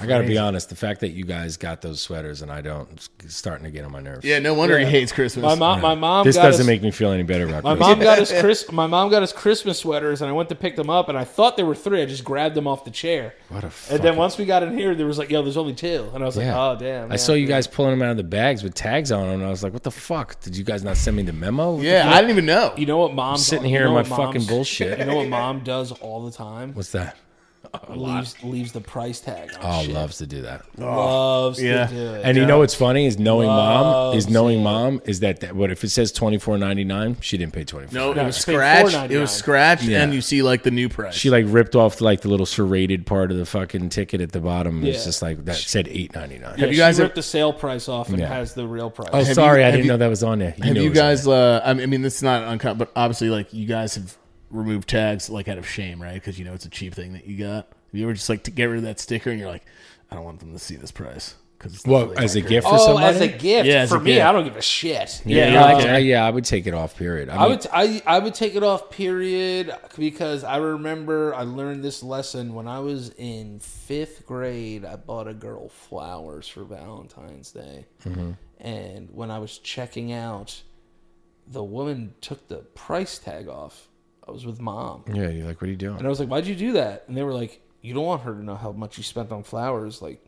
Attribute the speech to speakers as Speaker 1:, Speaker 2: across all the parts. Speaker 1: I got to be honest. The fact that you guys got those sweaters and I don't, it's starting to get on my nerves.
Speaker 2: Yeah, no wonder
Speaker 3: Yeah.
Speaker 2: he hates Christmas.
Speaker 3: My mom, my mom.
Speaker 1: This
Speaker 3: got
Speaker 1: doesn't
Speaker 3: us,
Speaker 1: make me feel any better about
Speaker 3: My
Speaker 1: Christmas.
Speaker 3: mom got us Chris. My mom got us Christmas sweaters, and I went to pick them up, and I thought there were three. I just grabbed them off the chair.
Speaker 1: What a
Speaker 3: And then once we got in here, there was like, "Yo, there's only two. and I was like,
Speaker 1: Yeah.
Speaker 3: "Oh damn!"
Speaker 1: I saw you guys pulling them out of the bags with tags on them, and I was like, "What the fuck? Did you guys not send me the memo?" What the
Speaker 2: yeah, I didn't even know.
Speaker 3: You know what, mom?
Speaker 1: sitting here in my fucking bullshit.
Speaker 3: You know what mom does all the time?
Speaker 1: What's that?
Speaker 3: leaves leaves the price tag. On
Speaker 1: Oh,
Speaker 3: shit.
Speaker 1: loves to do that.
Speaker 3: loves
Speaker 2: yeah.
Speaker 3: to do it.
Speaker 1: And you know what's funny is knowing mom is
Speaker 3: Loves
Speaker 1: knowing mom is that, that what if it says twenty four ninety nine? She didn't pay twenty four.
Speaker 2: No, it was
Speaker 3: it's been
Speaker 2: scratched. It
Speaker 3: $4.99.
Speaker 2: was scratched,
Speaker 1: Yeah.
Speaker 2: and you see like the new price.
Speaker 1: She like ripped off like the little serrated part of the fucking ticket at the bottom. It's
Speaker 3: Yeah.
Speaker 1: just like that said eight ninety nine.
Speaker 3: Yeah,
Speaker 2: you guys
Speaker 3: she
Speaker 2: ever-
Speaker 3: ripped the sale price off and
Speaker 1: Yeah.
Speaker 3: has the real price.
Speaker 1: Oh,
Speaker 2: you-
Speaker 1: sorry, I
Speaker 2: have
Speaker 1: didn't
Speaker 2: you-
Speaker 1: know that was on there.
Speaker 2: have
Speaker 1: know
Speaker 2: you
Speaker 1: it was on
Speaker 2: guys? Uh, I mean- I mean, this is not uncommon, but obviously, like you guys have removed tags like out of shame, right? Because you know it's a cheap thing that you got. Have you ever just like to get rid of that sticker and you're like, I don't want them to see this price because
Speaker 1: there. What as a gift for
Speaker 3: Oh,
Speaker 1: somebody?
Speaker 3: as a gift
Speaker 2: Yeah, as
Speaker 3: for
Speaker 2: a
Speaker 3: me,
Speaker 2: gift.
Speaker 3: I don't give a shit.
Speaker 1: yeah,
Speaker 2: Yeah,
Speaker 1: yeah,
Speaker 2: okay.
Speaker 1: I, yeah, I would take it off. Period. I,
Speaker 3: I
Speaker 1: mean,
Speaker 3: would I I would take it off period because I remember I learned this lesson when I was in fifth grade. I bought a girl flowers for Valentine's Day,
Speaker 1: Mm-hmm.
Speaker 3: and when I was checking out, the woman took the price tag off. I was with mom,
Speaker 1: Yeah, you're like, what are you doing?
Speaker 3: and I was like, "Why'd you do that?" And they were like, "You don't want her to know how much you spent on flowers, like,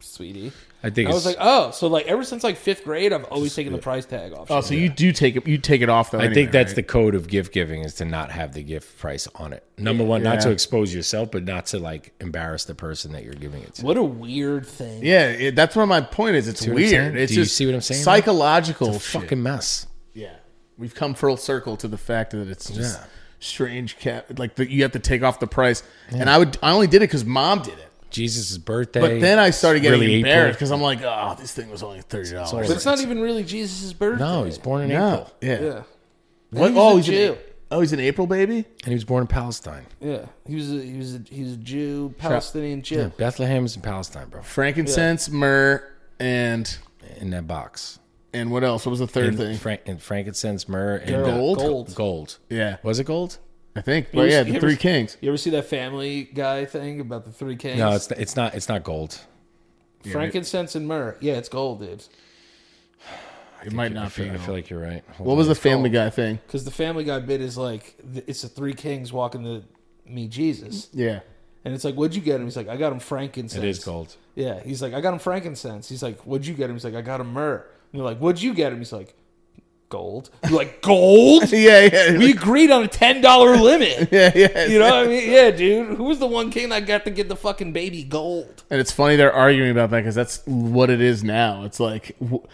Speaker 3: sweetie."
Speaker 1: I think
Speaker 3: I
Speaker 1: it's,
Speaker 3: was like, "Oh, so like ever since like fifth grade, I've always taken the price tag off."
Speaker 2: Oh, so you do take it. You take it off though.
Speaker 1: I think that's the code of gift giving is to not have the gift price on it. Number one, not to
Speaker 2: Yeah.
Speaker 1: expose yourself, but not to like embarrass the person that you're giving it to.
Speaker 3: What a weird thing.
Speaker 2: yeah. It, that's what my point is. It's
Speaker 1: what I'm saying?
Speaker 2: weird. It's
Speaker 1: Do you
Speaker 2: just
Speaker 1: see what I'm saying, man?
Speaker 2: Psychological shit.
Speaker 1: Fucking mess.
Speaker 2: Yeah, we've come full circle to the fact that it's just
Speaker 1: Yeah.
Speaker 2: strange. Cat like the, you have to take off the price, and I would. I only did it because mom did it.
Speaker 1: Jesus' birthday.
Speaker 2: But then I started getting
Speaker 1: Really April.
Speaker 2: embarrassed because I'm like, oh, this thing was only thirty
Speaker 1: all
Speaker 2: dollars.
Speaker 3: But it's not even really Jesus' birthday.
Speaker 1: No, he's born in
Speaker 2: No,
Speaker 1: April,
Speaker 2: yeah.
Speaker 3: Yeah.
Speaker 2: What?
Speaker 3: He's
Speaker 2: oh,
Speaker 3: a
Speaker 2: he's an,
Speaker 3: Jew.
Speaker 2: oh, he's an April baby.
Speaker 1: and he was born in Palestine.
Speaker 3: Yeah. He was a he was a he was a Jew, Palestinian Jew.
Speaker 1: Yeah, Bethlehem's in Palestine, bro.
Speaker 2: Frankincense, myrrh, and
Speaker 1: In that box,
Speaker 2: and what else? What was the third
Speaker 1: and,
Speaker 2: thing?
Speaker 1: Frank, and frankincense, myrrh, and uh,
Speaker 2: Gold?
Speaker 1: gold, gold.
Speaker 2: Yeah,
Speaker 1: Was it gold?
Speaker 2: I think.
Speaker 3: You
Speaker 2: But
Speaker 3: ever-
Speaker 2: yeah,
Speaker 3: you
Speaker 2: the
Speaker 3: ever-
Speaker 2: three kings.
Speaker 3: You ever see that Family Guy thing about the three kings?
Speaker 1: No, it's it's not. It's not gold.
Speaker 3: frankincense and myrrh. Yeah, it's gold, dude.
Speaker 2: It might
Speaker 1: I
Speaker 2: not be.
Speaker 1: feel, I feel like you're right. Hold
Speaker 2: What
Speaker 1: on.
Speaker 2: was the Family Guy thing?
Speaker 3: Because the Family Guy bit is like th- it's the three kings walking the me Jesus,
Speaker 2: Yeah.
Speaker 3: and it's like, what'd you get him? He's like, I got him frankincense.
Speaker 1: It is gold.
Speaker 3: Yeah, he's like, I got him frankincense. He's like, what'd you get him? He's like, I got him myrrh. And they're like, what'd you get him? He's like, gold. You're like, gold?
Speaker 2: Yeah, yeah,
Speaker 3: We agreed on a ten dollar limit.
Speaker 2: yeah, yeah.
Speaker 3: You know what I mean? Yeah, dude. Who was the one king that got to get the fucking baby gold?
Speaker 2: And it's funny they're arguing about that because that's what it is now. It's like, wh-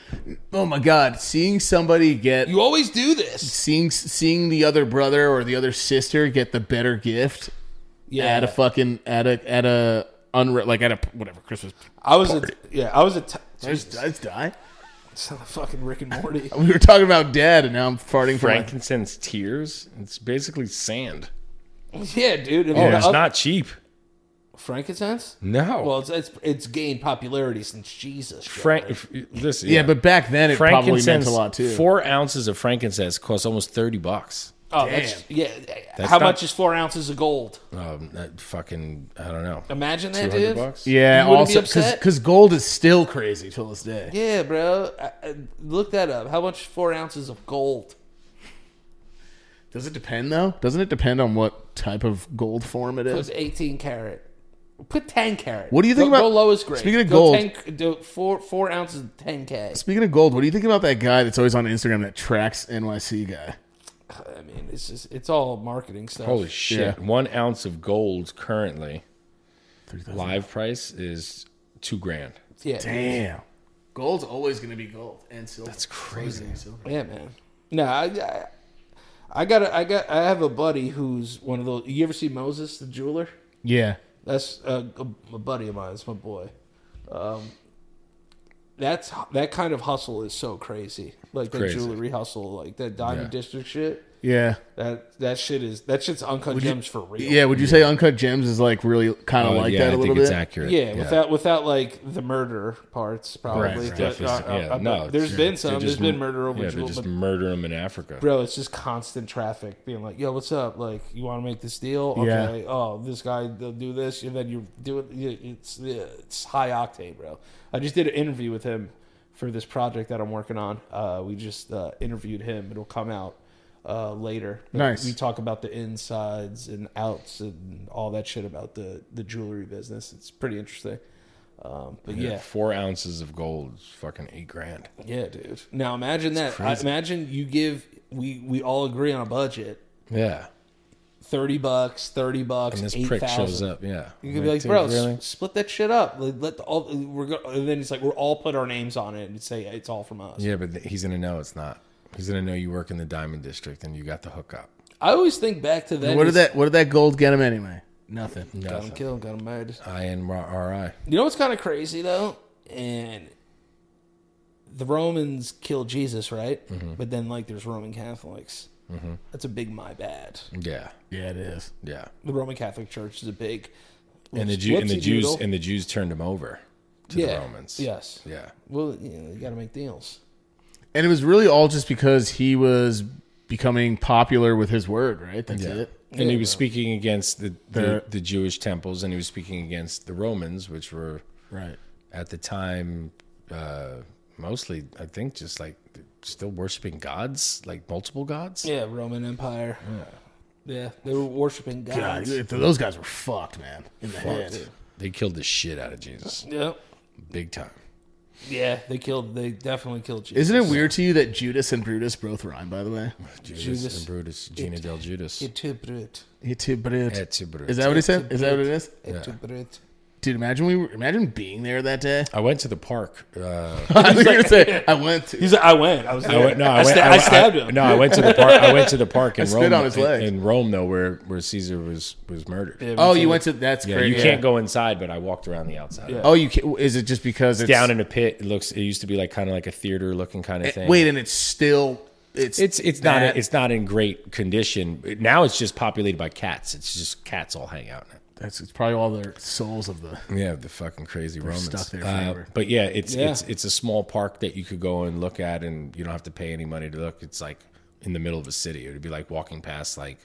Speaker 2: oh my god, seeing somebody get
Speaker 3: You always do this.
Speaker 2: seeing seeing the other brother or the other sister get the better gift
Speaker 3: Yeah.
Speaker 2: at a fucking at a at a unre- like at a whatever Christmas.
Speaker 3: I was a yeah, I was a t-
Speaker 2: Let's, let's die.
Speaker 3: sound like fucking Rick and Morty.
Speaker 2: We were talking about dad, and now I'm farting for my-
Speaker 1: Frankincense tears. It's basically sand.
Speaker 3: yeah, dude. I mean,
Speaker 1: Oh,
Speaker 3: the
Speaker 1: it's
Speaker 3: oth-
Speaker 1: not cheap.
Speaker 3: frankincense.
Speaker 1: No.
Speaker 3: Well, it's, it's it's gained popularity since Jesus.
Speaker 1: Frank,
Speaker 3: Jared.
Speaker 1: if- listen.
Speaker 2: Yeah, but back then it probably meant
Speaker 1: frankincense.
Speaker 2: a lot too.
Speaker 1: Four ounces of frankincense costs almost thirty bucks.
Speaker 3: Oh, that's, yeah.
Speaker 1: That's
Speaker 3: How
Speaker 1: not-
Speaker 3: much is four ounces of gold?
Speaker 1: Um, that fucking I don't know.
Speaker 3: Imagine that,
Speaker 1: 200
Speaker 3: dude.
Speaker 1: bucks.
Speaker 2: yeah,
Speaker 3: You wouldn't be
Speaker 2: also
Speaker 3: upset?
Speaker 2: because gold is still crazy till this day.
Speaker 3: Yeah, bro. I, I, look that up. How much four ounces of gold?
Speaker 2: Does it depend though? Doesn't it depend on what type of gold form it
Speaker 3: It
Speaker 2: is?
Speaker 3: was 18 carat. Put 10 carat.
Speaker 2: What do you think
Speaker 3: go,
Speaker 2: about-
Speaker 3: go lowest grade?
Speaker 2: speaking of
Speaker 3: Go
Speaker 2: gold-
Speaker 3: 10 do four four ounces of 10k.
Speaker 2: Speaking of gold, what do you think about that guy that's always on Instagram that tracks NYC guy?
Speaker 3: I mean, it's just it's all marketing stuff.
Speaker 1: Holy shit!
Speaker 2: Yeah.
Speaker 1: One ounce of gold currently
Speaker 2: Three thousand.
Speaker 1: live price is two grand.
Speaker 3: yeah,
Speaker 2: Damn. Gold's always going to be gold and silver. That's
Speaker 1: crazy.
Speaker 3: yeah, man. No, I, I, I got I got I have a buddy who's one of those. You ever see Moses the jeweler?
Speaker 2: Yeah.
Speaker 3: That's a, a, a buddy of mine. It's my boy. Um, that's that kind of hustle is so crazy. Like that
Speaker 1: Crazy.
Speaker 3: jewelry hustle, like that diamond
Speaker 1: Yeah.
Speaker 3: district shit.
Speaker 2: Yeah.
Speaker 3: That that shit is that shit's uncut gems for real.
Speaker 2: Yeah, would you say Uncut Gems is like really kind of
Speaker 1: Oh,
Speaker 2: like
Speaker 1: yeah,
Speaker 2: that a
Speaker 1: I
Speaker 2: little
Speaker 1: think
Speaker 2: bit?
Speaker 1: it's accurate.
Speaker 3: Yeah, without without like the murder parts, probably.
Speaker 1: Right, right.
Speaker 3: But, uh, uh,
Speaker 1: Yeah,
Speaker 3: uh,
Speaker 1: no,
Speaker 3: but there's
Speaker 1: sure.
Speaker 3: been
Speaker 1: They're
Speaker 3: some.
Speaker 1: just-
Speaker 3: there's been murder over
Speaker 1: Yeah, they
Speaker 3: Jewel,
Speaker 1: just
Speaker 3: but
Speaker 1: murder them in Africa.
Speaker 3: bro, it's just constant traffic being like, "Yo, what's up? Like, you want to make this deal?
Speaker 2: Yeah.
Speaker 3: Okay. Oh, this guy they'll do this, and then you do it. you- It's it's high octane, bro. I just did an interview with him for this project that I'm working on. Uh, we just uh, interviewed him. It'll come out uh, later. But
Speaker 2: Nice.
Speaker 3: We talk about the insides and outs and all that shit about the the jewelry business. It's pretty interesting. Um, but yeah,
Speaker 1: Four ounces of gold, is fucking eight grand.
Speaker 3: yeah, dude. Now imagine that. I imagine you give we we all agree on a budget.
Speaker 1: Yeah,
Speaker 3: Thirty bucks, thirty bucks,
Speaker 1: and this
Speaker 3: eight
Speaker 1: prick shows
Speaker 3: thousand.
Speaker 1: up. Yeah,
Speaker 3: You could be like,
Speaker 1: dude,
Speaker 3: bro, s-
Speaker 1: really?
Speaker 3: split that shit up. Like, let the, all we're go-, and then it's like we're all put our names on it and say it's all from us.
Speaker 1: Yeah, but th- he's gonna know it's not. He's gonna know you work in the diamond district and you got the hookup.
Speaker 3: I always think back to that.
Speaker 2: What did
Speaker 3: is-
Speaker 2: that What did that gold get him anyway? Nothing.
Speaker 3: Got him killed, got him murdered.
Speaker 1: I N R I.
Speaker 3: You know what's kind of crazy though, and the Romans killed Jesus, right?
Speaker 1: Mm-hmm.
Speaker 3: But then like there's Roman Catholics. That's a big my bad.
Speaker 1: Yeah,
Speaker 2: Yeah, it is.
Speaker 1: yeah.
Speaker 3: The Roman Catholic Church is a big.
Speaker 1: And the Jew, and the
Speaker 3: whoopsie
Speaker 1: Jews
Speaker 3: doodle.
Speaker 1: and the Jews turned him over to
Speaker 3: yeah.
Speaker 1: the Romans.
Speaker 3: Yes.
Speaker 1: yeah.
Speaker 3: Well, you, know, you got to make deals.
Speaker 2: And it was really all just because he was becoming popular with his word, right? That's
Speaker 1: Yeah.
Speaker 2: it.
Speaker 1: And
Speaker 3: Yeah,
Speaker 1: he was speaking against the, the,
Speaker 2: The-
Speaker 1: the Jewish temples, and he was speaking against the Romans, which were
Speaker 2: Right.
Speaker 1: at the time uh, mostly, I think, just like still worshiping gods, like multiple gods.
Speaker 3: Yeah, Roman Empire. Yeah, they were worshiping
Speaker 2: God,
Speaker 3: gods.
Speaker 2: those guys were fucked, man. In the head.
Speaker 1: They killed the shit out of Jesus,
Speaker 3: Yeah,
Speaker 1: big time.
Speaker 3: yeah, they killed. They definitely killed Jesus.
Speaker 2: Isn't it weird to you that Judas and Brutus both rhyme? By the way,
Speaker 1: Judas,
Speaker 3: Judas.
Speaker 1: and Brutus, Gina del Judas.
Speaker 3: Et tu, Brut?
Speaker 2: Et tu, Brut.
Speaker 1: Et tu, Brut.
Speaker 2: Is that what he said? Is that what it is?
Speaker 3: Et tu, Brut?
Speaker 2: Dude, imagine we were, imagine being there that day.
Speaker 1: I went to the park. Uh,
Speaker 2: I was gonna say I went to.
Speaker 3: He's like, I went. I was.
Speaker 1: I went, no, I,
Speaker 3: I
Speaker 1: went,
Speaker 3: sta- I stabbed him.
Speaker 1: No, I went to the park. I went to the park in
Speaker 2: spit
Speaker 1: Rome.
Speaker 2: on his leg.
Speaker 1: In, in Rome, though, where where Caesar was was murdered.
Speaker 3: Yeah,
Speaker 2: Oh,
Speaker 3: we
Speaker 2: you
Speaker 3: killed-
Speaker 2: went to that's
Speaker 1: Yeah,
Speaker 2: crazy.
Speaker 1: you can't go inside, but I walked around the outside.
Speaker 3: Yeah.
Speaker 2: Oh, you can't. Is it just because it's
Speaker 1: Down in a pit, it looks. It used to be like kind of like a theater looking kind of thing.
Speaker 2: Wait, and it's still it's
Speaker 1: it's it's
Speaker 2: that-
Speaker 1: not it's not in great condition It- now. It's just populated by cats. It's just cats all hang out. in it.
Speaker 2: that's it's probably all their souls of the
Speaker 1: Yeah, the fucking crazy Romans.
Speaker 2: stuck there
Speaker 1: Uh,
Speaker 2: forever.
Speaker 1: but yeah, it's
Speaker 3: Yeah.
Speaker 1: it's it's a small park that you could go and look at, and you don't have to pay any money to look. It's like in the middle of a city. It would be like walking past like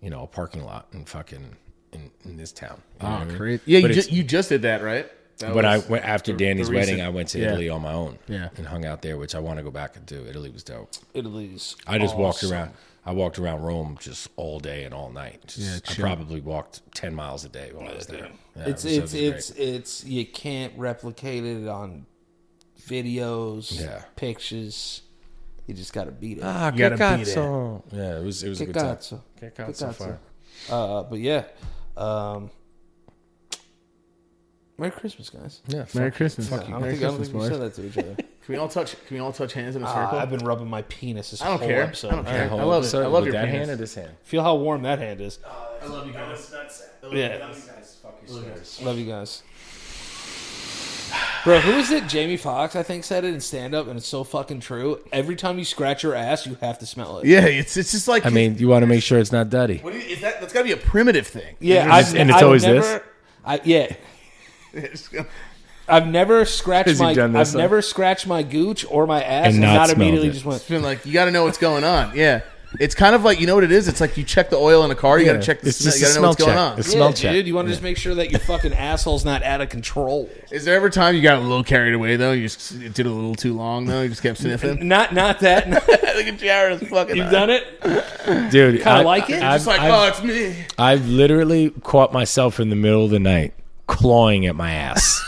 Speaker 1: you know a parking lot and fucking in, in this town. You know what I mean?
Speaker 2: oh, Yeah,
Speaker 1: But
Speaker 2: you,
Speaker 1: it's-
Speaker 2: ju- you just did that right. Ah, That
Speaker 1: But I
Speaker 2: was-
Speaker 1: went after Danny's wedding.
Speaker 2: recent-
Speaker 1: I went to
Speaker 2: yeah.
Speaker 1: Italy on my own,
Speaker 2: Yeah.
Speaker 1: and hung out there, which I want to go back and do. Italy was dope.
Speaker 3: Italy's.
Speaker 1: I just walked
Speaker 3: awesome.
Speaker 1: around. I walked around Rome just all day and all night. Just-
Speaker 2: Yeah,
Speaker 1: I
Speaker 2: chill.
Speaker 1: probably walked ten miles a day while I was there. Yeah,
Speaker 3: It's
Speaker 1: it
Speaker 3: it's
Speaker 1: was- it was
Speaker 3: it's it's you can't replicate it on videos,
Speaker 1: Yeah.
Speaker 3: pictures. You just got to beat it.
Speaker 1: Ah,
Speaker 2: You gotta che beat it.
Speaker 1: it. Yeah, it was it was a good time.
Speaker 3: Cazzo.
Speaker 1: Che cazzo fare?
Speaker 3: Uh, but yeah, um, Merry Christmas, guys.
Speaker 1: Yeah,
Speaker 2: Merry
Speaker 1: fuck.
Speaker 2: Christmas.
Speaker 3: I don't
Speaker 2: Merry
Speaker 3: think, I don't
Speaker 2: Christmas,
Speaker 3: think we said
Speaker 2: boys.
Speaker 3: that to each other.
Speaker 2: Can we all touch? Can we all touch hands in a
Speaker 3: Ah,
Speaker 2: circle?
Speaker 3: I've been rubbing my penis this
Speaker 2: I don't
Speaker 3: whole
Speaker 2: care.
Speaker 3: episode.
Speaker 2: I don't care.
Speaker 1: Yeah, hold
Speaker 2: I
Speaker 1: on.
Speaker 2: love it.
Speaker 1: So,
Speaker 2: I love
Speaker 1: with
Speaker 2: your
Speaker 1: that hand
Speaker 2: penis.
Speaker 1: or this hand.
Speaker 3: Feel how warm that hand is.
Speaker 2: I love you guys.
Speaker 3: Yeah,
Speaker 2: That's
Speaker 3: love you guys. Bro, who is it? Jamie Foxx, I think, said it in stand up, and it's so fucking true. Every time you scratch your ass, you have to smell it.
Speaker 2: yeah, it's it's just like
Speaker 1: I mean, you want to make sure it's not dirty.
Speaker 2: what do you, is that? That's got to be a primitive thing.
Speaker 3: Yeah,
Speaker 1: And it's- and it's always this?
Speaker 3: I, yeah,
Speaker 2: It's gonna-
Speaker 3: I've never scratched
Speaker 1: Has he
Speaker 3: my.
Speaker 1: done
Speaker 3: I've
Speaker 1: this,
Speaker 3: never scratched my gooch or my ass, and,
Speaker 1: not
Speaker 3: not
Speaker 1: smelled
Speaker 3: immediately
Speaker 1: it.
Speaker 3: just went.
Speaker 2: it's been like you got to know what's going on. Yeah, it's kind of like you know what it is. It's like you check the oil in a car. You got
Speaker 1: Yeah.
Speaker 2: to check the
Speaker 1: It's
Speaker 2: smell.
Speaker 1: just
Speaker 2: You got
Speaker 1: a
Speaker 2: to know what's
Speaker 1: smell
Speaker 2: going
Speaker 1: check.
Speaker 2: on.
Speaker 1: It's-
Speaker 3: Yeah,
Speaker 1: Smell check.
Speaker 3: dude. You want to just make sure that your fucking asshole's not out of control.
Speaker 2: Is there ever time you got a little carried away though? You just it did a little too long though. You just kept sniffing.
Speaker 3: Not, not that.
Speaker 2: Look at Jared, it's fucking.
Speaker 3: You've done it.
Speaker 1: Dude,
Speaker 3: Kinda like it?
Speaker 2: It's
Speaker 1: I've,
Speaker 2: just like,
Speaker 1: I've-
Speaker 2: oh, it's me.
Speaker 1: I've literally caught myself in the middle of the night clawing at my ass.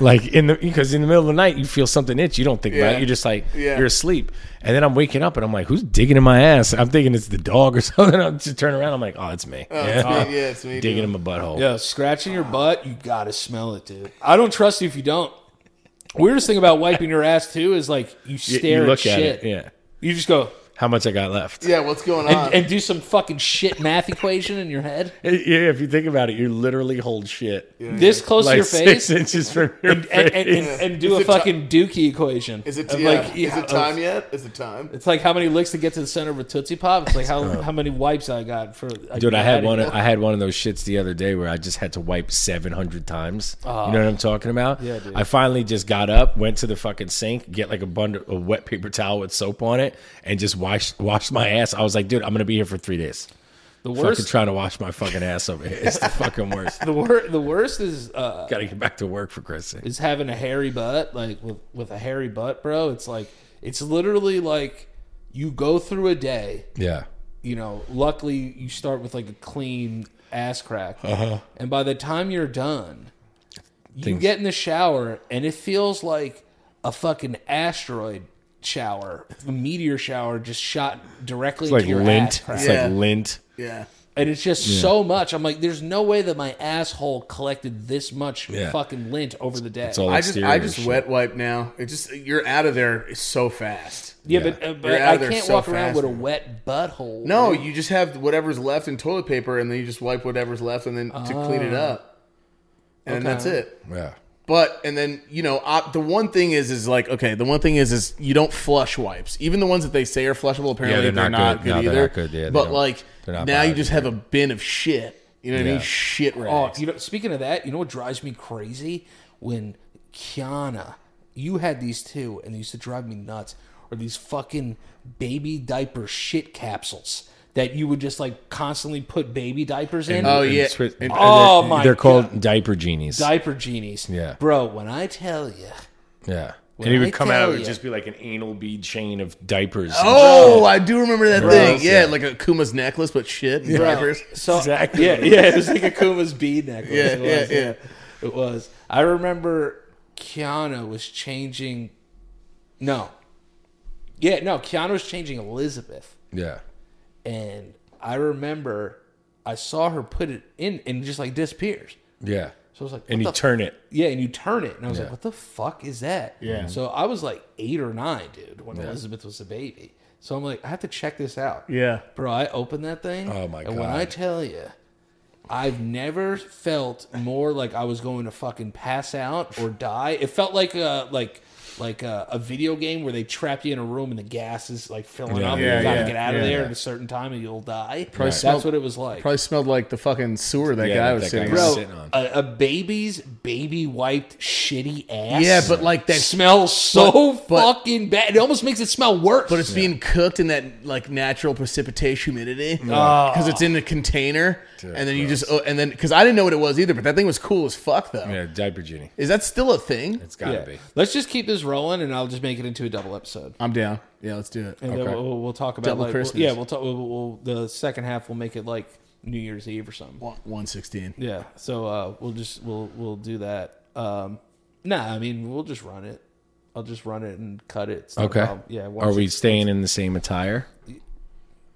Speaker 1: like in the because in the middle of the night you feel something itch, you don't think about
Speaker 2: Yeah.
Speaker 1: it. You're just like
Speaker 2: Yeah.
Speaker 1: you're asleep. And then I'm waking up and I'm like, who's digging in my ass? I'm thinking it's the dog or something. I'm just turn around, I'm like, oh, it's me.
Speaker 2: It's me. Yeah, it's me.
Speaker 1: Digging
Speaker 2: dude.
Speaker 1: in my butthole.
Speaker 3: Yeah, scratching your butt, you gotta smell it, dude. I don't trust you if you don't. Weirdest thing about wiping your ass too is like you
Speaker 1: You
Speaker 3: stare
Speaker 1: look
Speaker 3: at
Speaker 1: it.
Speaker 3: shit.
Speaker 1: Yeah.
Speaker 3: You just go,
Speaker 1: how much I got left.
Speaker 2: Yeah, what's going on?
Speaker 3: and do some fucking shit math equation in your head.
Speaker 1: Yeah, if you think about it, you literally hold shit
Speaker 3: This close to
Speaker 1: like
Speaker 3: your
Speaker 1: six
Speaker 3: face.
Speaker 1: inches from your
Speaker 3: and,
Speaker 1: face.
Speaker 3: and, and, and do
Speaker 2: Is
Speaker 3: a
Speaker 2: it ti-
Speaker 3: fucking Dookie equation.
Speaker 2: is it
Speaker 3: Of
Speaker 2: yeah, is
Speaker 3: yeah,
Speaker 2: it time yet? Is it time?
Speaker 3: It's like how many licks to get to the center of a Tootsie Pop. It's like how, how many wipes I got for.
Speaker 1: Dude, I had one.
Speaker 3: Of,
Speaker 1: I had one of those shits the other day where I just had to wipe seven hundred times. you know what I'm talking about?
Speaker 3: Yeah, dude.
Speaker 1: I finally just got up, went to the fucking sink, get like a bundle of wet paper towel with soap on it, and just wash wash my ass. I was like, dude, I'm gonna be here for three days.
Speaker 3: the
Speaker 1: Fucking
Speaker 3: worst.
Speaker 1: trying to wash my fucking ass over here. It's the fucking worst.
Speaker 3: the worst. The worst is uh,
Speaker 1: Got to get back to work for Christ's sake.
Speaker 3: is having a hairy butt. Like with with a hairy butt, bro. It's like it's literally like you go through a day.
Speaker 1: Yeah.
Speaker 3: You know, luckily you start with like a clean ass crack, and by the time you're done, you
Speaker 1: Uh-huh. Things-
Speaker 3: get in the shower and it feels like a fucking asteroid shower, a meteor shower just shot directly
Speaker 1: It's like
Speaker 3: into your ass
Speaker 1: lint.
Speaker 3: crack.
Speaker 1: It's
Speaker 2: Yeah.
Speaker 1: like lint.
Speaker 2: Yeah.
Speaker 3: and it's just so much. I'm like, there's no way that my asshole collected this much
Speaker 1: Yeah.
Speaker 3: fucking lint over the day.
Speaker 1: It's all
Speaker 2: I just
Speaker 1: exterior
Speaker 2: I just
Speaker 1: shit.
Speaker 2: wet wipe now. It just you're out of there so fast.
Speaker 3: yeah,
Speaker 1: Yeah.
Speaker 3: but, uh, but
Speaker 2: You're out
Speaker 3: I
Speaker 2: of there
Speaker 3: can't
Speaker 2: so
Speaker 3: walk around
Speaker 2: fast,
Speaker 3: with a
Speaker 2: man.
Speaker 3: wet butthole.
Speaker 2: No, you just have whatever's left in toilet paper, and then you just wipe whatever's left, and then to clean it up, and then that's it.
Speaker 1: Yeah.
Speaker 2: But and then you know I, the one thing is is like okay, the one thing is is you don't flush wipes. Even the ones that they say are flushable, apparently
Speaker 1: they're not
Speaker 2: they're, not,
Speaker 1: good.
Speaker 2: good,
Speaker 1: No, they're
Speaker 2: either.
Speaker 1: not good, yeah, they
Speaker 2: but
Speaker 1: don't-
Speaker 2: like
Speaker 1: they're not
Speaker 2: now you
Speaker 1: bad,
Speaker 2: just have a bin of shit. You know what I
Speaker 1: Yeah.
Speaker 2: mean? Shit
Speaker 3: Oh,
Speaker 2: rags.
Speaker 3: you know, speaking of that, you know what drives me crazy? When Kiana, you had these two, and they used to drive me nuts, or these fucking baby diaper shit capsules that you would just like constantly put baby diapers in.
Speaker 2: Oh, yeah.
Speaker 1: swi-
Speaker 2: And-
Speaker 3: Oh,
Speaker 1: they're,
Speaker 3: my
Speaker 1: They're called diaper genies.
Speaker 3: diaper genies.
Speaker 1: Yeah.
Speaker 3: Bro, when I tell you.
Speaker 1: yeah. and it
Speaker 3: I
Speaker 1: would come out,
Speaker 3: tell
Speaker 1: it would
Speaker 3: ya.
Speaker 1: just be like an anal bead chain of diapers. and
Speaker 2: Oh, I do remember that thing.
Speaker 1: Gross,
Speaker 2: Yeah,
Speaker 1: yeah.
Speaker 2: like a Kuma's necklace, but shit and drivers.
Speaker 3: So,
Speaker 1: Exactly.
Speaker 3: Yeah, yeah. It was like a Kuma's bead necklace.
Speaker 2: Yeah,
Speaker 3: it was,
Speaker 2: yeah, yeah.
Speaker 3: It was. I remember Kiana was changing. No. Yeah, no. Kiana was changing Elizabeth.
Speaker 1: Yeah.
Speaker 3: and I remember I saw her put it in and it just like disappears.
Speaker 1: Yeah.
Speaker 3: So I was like, what
Speaker 1: and you
Speaker 3: the
Speaker 1: turn it.
Speaker 3: yeah, and you turn it, and I was
Speaker 1: Yeah.
Speaker 3: like, what the fuck is that? Yeah. So I was like eight or nine, dude, when Elizabeth was a baby. So I'm like, I have to check this out.
Speaker 2: Yeah.
Speaker 3: Bro, I opened that thing.
Speaker 1: Oh, my
Speaker 3: And when
Speaker 1: God.
Speaker 3: I tell you, I've never felt more like I was going to fucking pass out or die. It felt like a like like a, a video game where they trap you in a room and the gas is like filling
Speaker 1: Yeah.
Speaker 3: up. and
Speaker 2: Yeah,
Speaker 3: you gotta
Speaker 2: yeah,
Speaker 3: get out of
Speaker 2: yeah.
Speaker 3: there at a certain time and you'll die. That's
Speaker 2: smelled-
Speaker 3: what it was like.
Speaker 2: Probably smelled like the fucking sewer that
Speaker 1: Yeah,
Speaker 2: guy
Speaker 1: that
Speaker 2: was
Speaker 1: guy
Speaker 2: sitting.
Speaker 1: was
Speaker 2: in.
Speaker 3: Bro,
Speaker 1: sitting on.
Speaker 3: a, a baby's baby wiped shitty ass.
Speaker 2: Yeah, but like that
Speaker 3: smells so
Speaker 2: But- but-
Speaker 3: fucking bad. It almost makes it smell worse.
Speaker 2: But it's being cooked in that like natural precipitation humidity because it's in the container, and then you just oh, and then because I didn't know what it was either, but that thing was cool as fuck though.
Speaker 1: Yeah, diaper genie.
Speaker 2: Is that still a thing?
Speaker 1: It's got to
Speaker 3: Yeah.
Speaker 1: be.
Speaker 3: Let's just keep this rolling, and I'll just make it into a double episode.
Speaker 2: I'm down. Yeah, let's do it.
Speaker 3: And then
Speaker 1: Okay.
Speaker 3: we'll, we'll talk about
Speaker 2: Double
Speaker 3: like,
Speaker 2: Christmas.
Speaker 3: yeah, we'll talk. We'll, we'll, the second half, we'll make it like New Year's Eve or something.
Speaker 2: Oh, One sixteen.
Speaker 3: Yeah. So uh, we'll just we'll we'll do that. Um, nah, I mean we'll just run it. I'll just run it and cut it. It's not a
Speaker 1: Okay.
Speaker 3: problem. Um, Yeah.
Speaker 1: Are
Speaker 3: once-
Speaker 1: we staying in the same attire?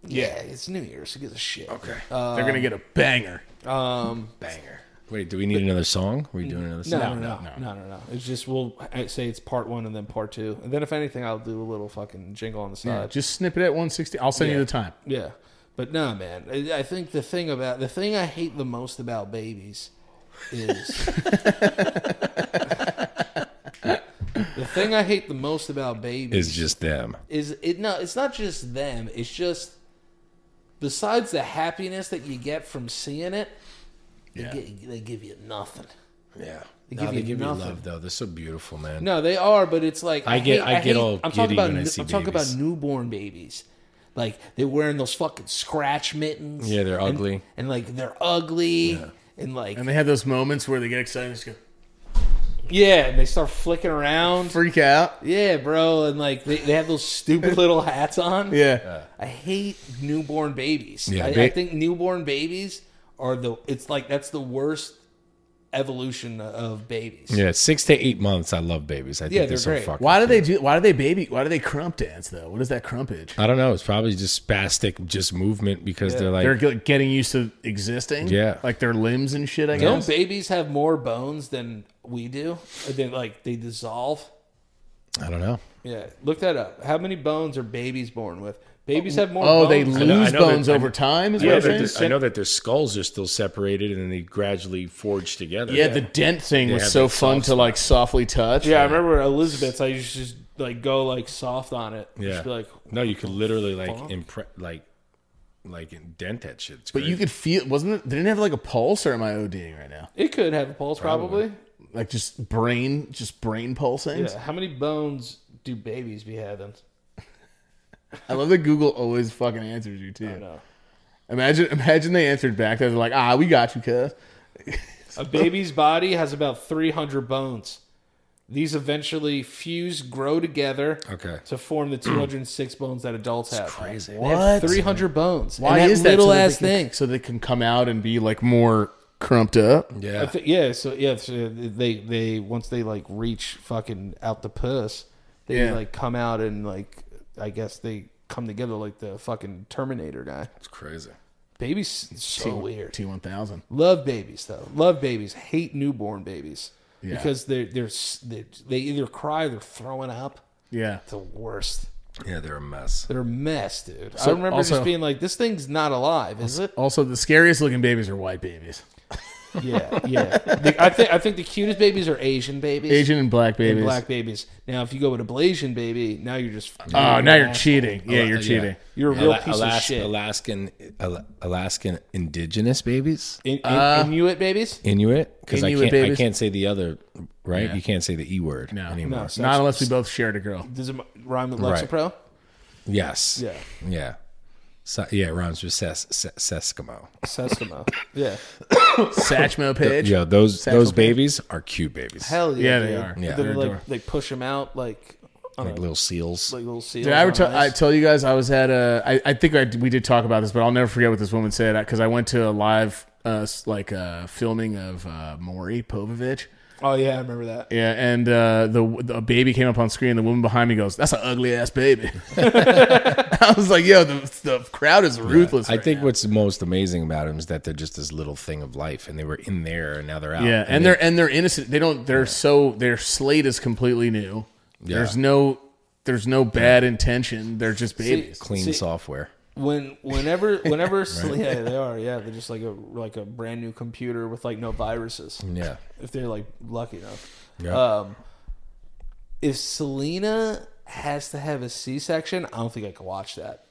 Speaker 3: Yeah, it's New Year's. Who gives a shit? Okay.
Speaker 2: They're gonna get a banger.
Speaker 3: Um.
Speaker 1: Banger. Wait, do we need another song? Are we doing another
Speaker 3: No,
Speaker 1: song?
Speaker 3: no, no, no, no, no, It's just we'll I say it's part one and then part two, and then if anything, I'll do a little fucking jingle on the side.
Speaker 2: Just snip it at one sixteen. I'll send you the time.
Speaker 3: Yeah, but nah, man. I, I think the thing about the thing I hate the most about babies is the thing I hate the most about babies
Speaker 1: It's just them.
Speaker 3: is it. No, it's not just them. It's just besides the happiness that you get from seeing it,
Speaker 2: Yeah.
Speaker 3: they, gi- they give you nothing.
Speaker 1: Yeah.
Speaker 3: They
Speaker 1: Nah,
Speaker 3: give
Speaker 1: they
Speaker 3: you
Speaker 1: give you
Speaker 3: nothing.
Speaker 1: love though. They're so beautiful, man.
Speaker 3: No, they are, but it's like
Speaker 1: I get-
Speaker 3: hate-
Speaker 1: I get
Speaker 3: hate-
Speaker 1: all
Speaker 3: I'm talking
Speaker 1: giddy
Speaker 3: about
Speaker 1: when I
Speaker 3: new-
Speaker 1: see
Speaker 3: I'm talking
Speaker 1: babies.
Speaker 3: about newborn babies. Like they're wearing those fucking scratch mittens.
Speaker 1: Yeah, they're
Speaker 3: and-
Speaker 1: ugly.
Speaker 3: And, like they're ugly. And like
Speaker 2: And they have those moments where they get excited and just go
Speaker 3: yeah, and they start flicking around.
Speaker 2: freak out.
Speaker 3: Yeah, bro, and like they, they have those stupid little hats on.
Speaker 2: Yeah.
Speaker 3: I hate newborn babies.
Speaker 1: Yeah,
Speaker 3: I,
Speaker 1: ba-
Speaker 3: I think newborn babies are the. It's like that's the worst evolution of babies.
Speaker 1: Yeah, six to eight months. I love babies. I think
Speaker 3: Yeah,
Speaker 1: they're,
Speaker 3: they're
Speaker 1: so
Speaker 3: great.
Speaker 1: fucking.
Speaker 2: Why do they do? Why do they baby? Why do they crump dance though? What is that crumpage?
Speaker 1: I don't know. It's probably just spastic, just movement because they're like
Speaker 2: They're g- getting used to existing.
Speaker 1: Yeah.
Speaker 2: like their limbs and shit. I
Speaker 3: Don't
Speaker 2: guess.
Speaker 3: babies have more bones than we do? They like they dissolve.
Speaker 1: I don't know.
Speaker 3: Yeah, look that up. How many bones are babies born with? Babies have more.
Speaker 2: Oh, they
Speaker 3: bones.
Speaker 1: know- I
Speaker 2: lose
Speaker 1: know
Speaker 2: bones
Speaker 1: that-
Speaker 2: over time, is
Speaker 1: I
Speaker 2: what
Speaker 1: know,
Speaker 2: I'm
Speaker 1: that
Speaker 2: saying?
Speaker 1: their- I know that their skulls are still separated and they gradually forge together.
Speaker 2: Yeah, the dent thing
Speaker 1: have
Speaker 2: was so
Speaker 1: that
Speaker 2: fun
Speaker 1: soft
Speaker 2: to like softly touch.
Speaker 3: Yeah, I remember Elizabeth's. I used to just like go like soft on it.
Speaker 1: Yeah.
Speaker 3: Just be like,
Speaker 1: no, you could literally like impre- like like dent that shit. It's
Speaker 2: But you
Speaker 1: crazy.
Speaker 2: could feel wasn't it? They didn't have like a pulse, or am I ODing right now?
Speaker 3: it could have a pulse probably.
Speaker 2: Like just brain, just brain pulsing.
Speaker 3: Yeah. How many bones do babies be having?
Speaker 2: I love that Google always fucking answers you
Speaker 3: I
Speaker 2: too.
Speaker 3: know.
Speaker 2: Imagine, imagine they answered back. They're like, ah, we got you, cuz.
Speaker 3: A baby's body has about 300 bones. These eventually fuse, grow together
Speaker 1: okay.
Speaker 3: to form the 206 bones that adults have.
Speaker 1: Crazy.
Speaker 3: They have
Speaker 2: What?
Speaker 3: 300 bones.
Speaker 2: Why
Speaker 3: and that
Speaker 2: is that
Speaker 3: little
Speaker 2: so that
Speaker 3: ass
Speaker 2: they can-
Speaker 3: thing?
Speaker 2: So they can come out and be like more crumped up.
Speaker 3: I
Speaker 1: Yeah.
Speaker 3: thi- yeah, so yeah, so uh, they they once they like reach fucking out the puss, they
Speaker 2: Yeah.
Speaker 3: like come out and like I guess they come together like the fucking Terminator guy.
Speaker 1: It's crazy.
Speaker 3: Babies so weird.
Speaker 2: T one thousand.
Speaker 3: Love babies though. Love babies. Hate newborn babies
Speaker 2: Yeah.
Speaker 3: because they're they're s- they they either cry or they're throwing up.
Speaker 2: Yeah.
Speaker 3: It's the worst.
Speaker 1: Yeah, they're a mess.
Speaker 3: They're a mess, dude. I remember
Speaker 2: also-
Speaker 3: just being like, this thing's not alive, is it?
Speaker 2: Also, the scariest looking babies are white babies.
Speaker 3: yeah, yeah. The- I think I think the cutest babies are Asian babies.
Speaker 2: Asian and black babies.
Speaker 3: and black babies. Now, if you go with a Blasian baby, now you're just
Speaker 2: Oh, now you're cheating. Oh, Yeah, you're cheating.
Speaker 3: you're a
Speaker 1: Uh, Yeah,
Speaker 3: real
Speaker 1: Ala-
Speaker 3: piece
Speaker 1: Alas-
Speaker 3: of shit.
Speaker 1: Alaskan Ala- Alaskan indigenous babies,
Speaker 3: In, in, Inuit babies?
Speaker 1: Inuit, because I
Speaker 2: Inuit
Speaker 1: can't
Speaker 2: babies.
Speaker 1: I can't say the other right. You can't say the e word anymore.
Speaker 3: No, so
Speaker 2: Not unless we both shared a girl.
Speaker 3: does it rhyme with
Speaker 1: Right.
Speaker 3: Lexapro?
Speaker 1: Yes.
Speaker 3: Yeah,
Speaker 1: Yeah. So, yeah, it rhymes with ses- ses- Seskimo.
Speaker 3: Sesamo. yeah,
Speaker 2: Satchmo page.
Speaker 1: Yeah, those
Speaker 2: Satchel
Speaker 1: those
Speaker 2: Paige.
Speaker 1: babies are cute babies,
Speaker 3: hell yeah,
Speaker 2: Yeah, they
Speaker 3: dude.
Speaker 2: are.
Speaker 1: Yeah.
Speaker 3: They're
Speaker 1: They're
Speaker 3: like
Speaker 2: adorable.
Speaker 3: they push them out like on
Speaker 1: like
Speaker 3: a,
Speaker 1: little seals.
Speaker 3: like little seals.
Speaker 2: Did I ever
Speaker 3: on
Speaker 2: tell, I
Speaker 3: ice.
Speaker 2: tell you guys I was at a I, I think I, we did talk about this, but I'll never forget what this woman said because I went to a live uh, s- like uh, filming of uh, Maury Povovich.
Speaker 3: oh yeah, I remember that.
Speaker 2: Yeah, and uh, the the baby came up on screen. The woman behind me goes, "That's an ugly ass baby." I was like, "Yo, the, the crowd is ruthless."
Speaker 1: I
Speaker 2: right
Speaker 1: think
Speaker 2: now.
Speaker 1: what's most amazing about them is that they're just this little thing of life, and they were in there, and now they're out.
Speaker 2: Yeah, and they're and they're innocent. They don't. They're so their slate is completely new. There's no there's no bad intention. They're just babies.
Speaker 1: clean
Speaker 3: See-
Speaker 1: software.
Speaker 3: When whenever whenever yeah they are yeah they're just like a like a brand new computer with like no viruses.
Speaker 1: Yeah,
Speaker 3: if they're like lucky enough.
Speaker 1: Yeah.
Speaker 3: Um, if Selena has to have a C-section, I don't think I could watch that.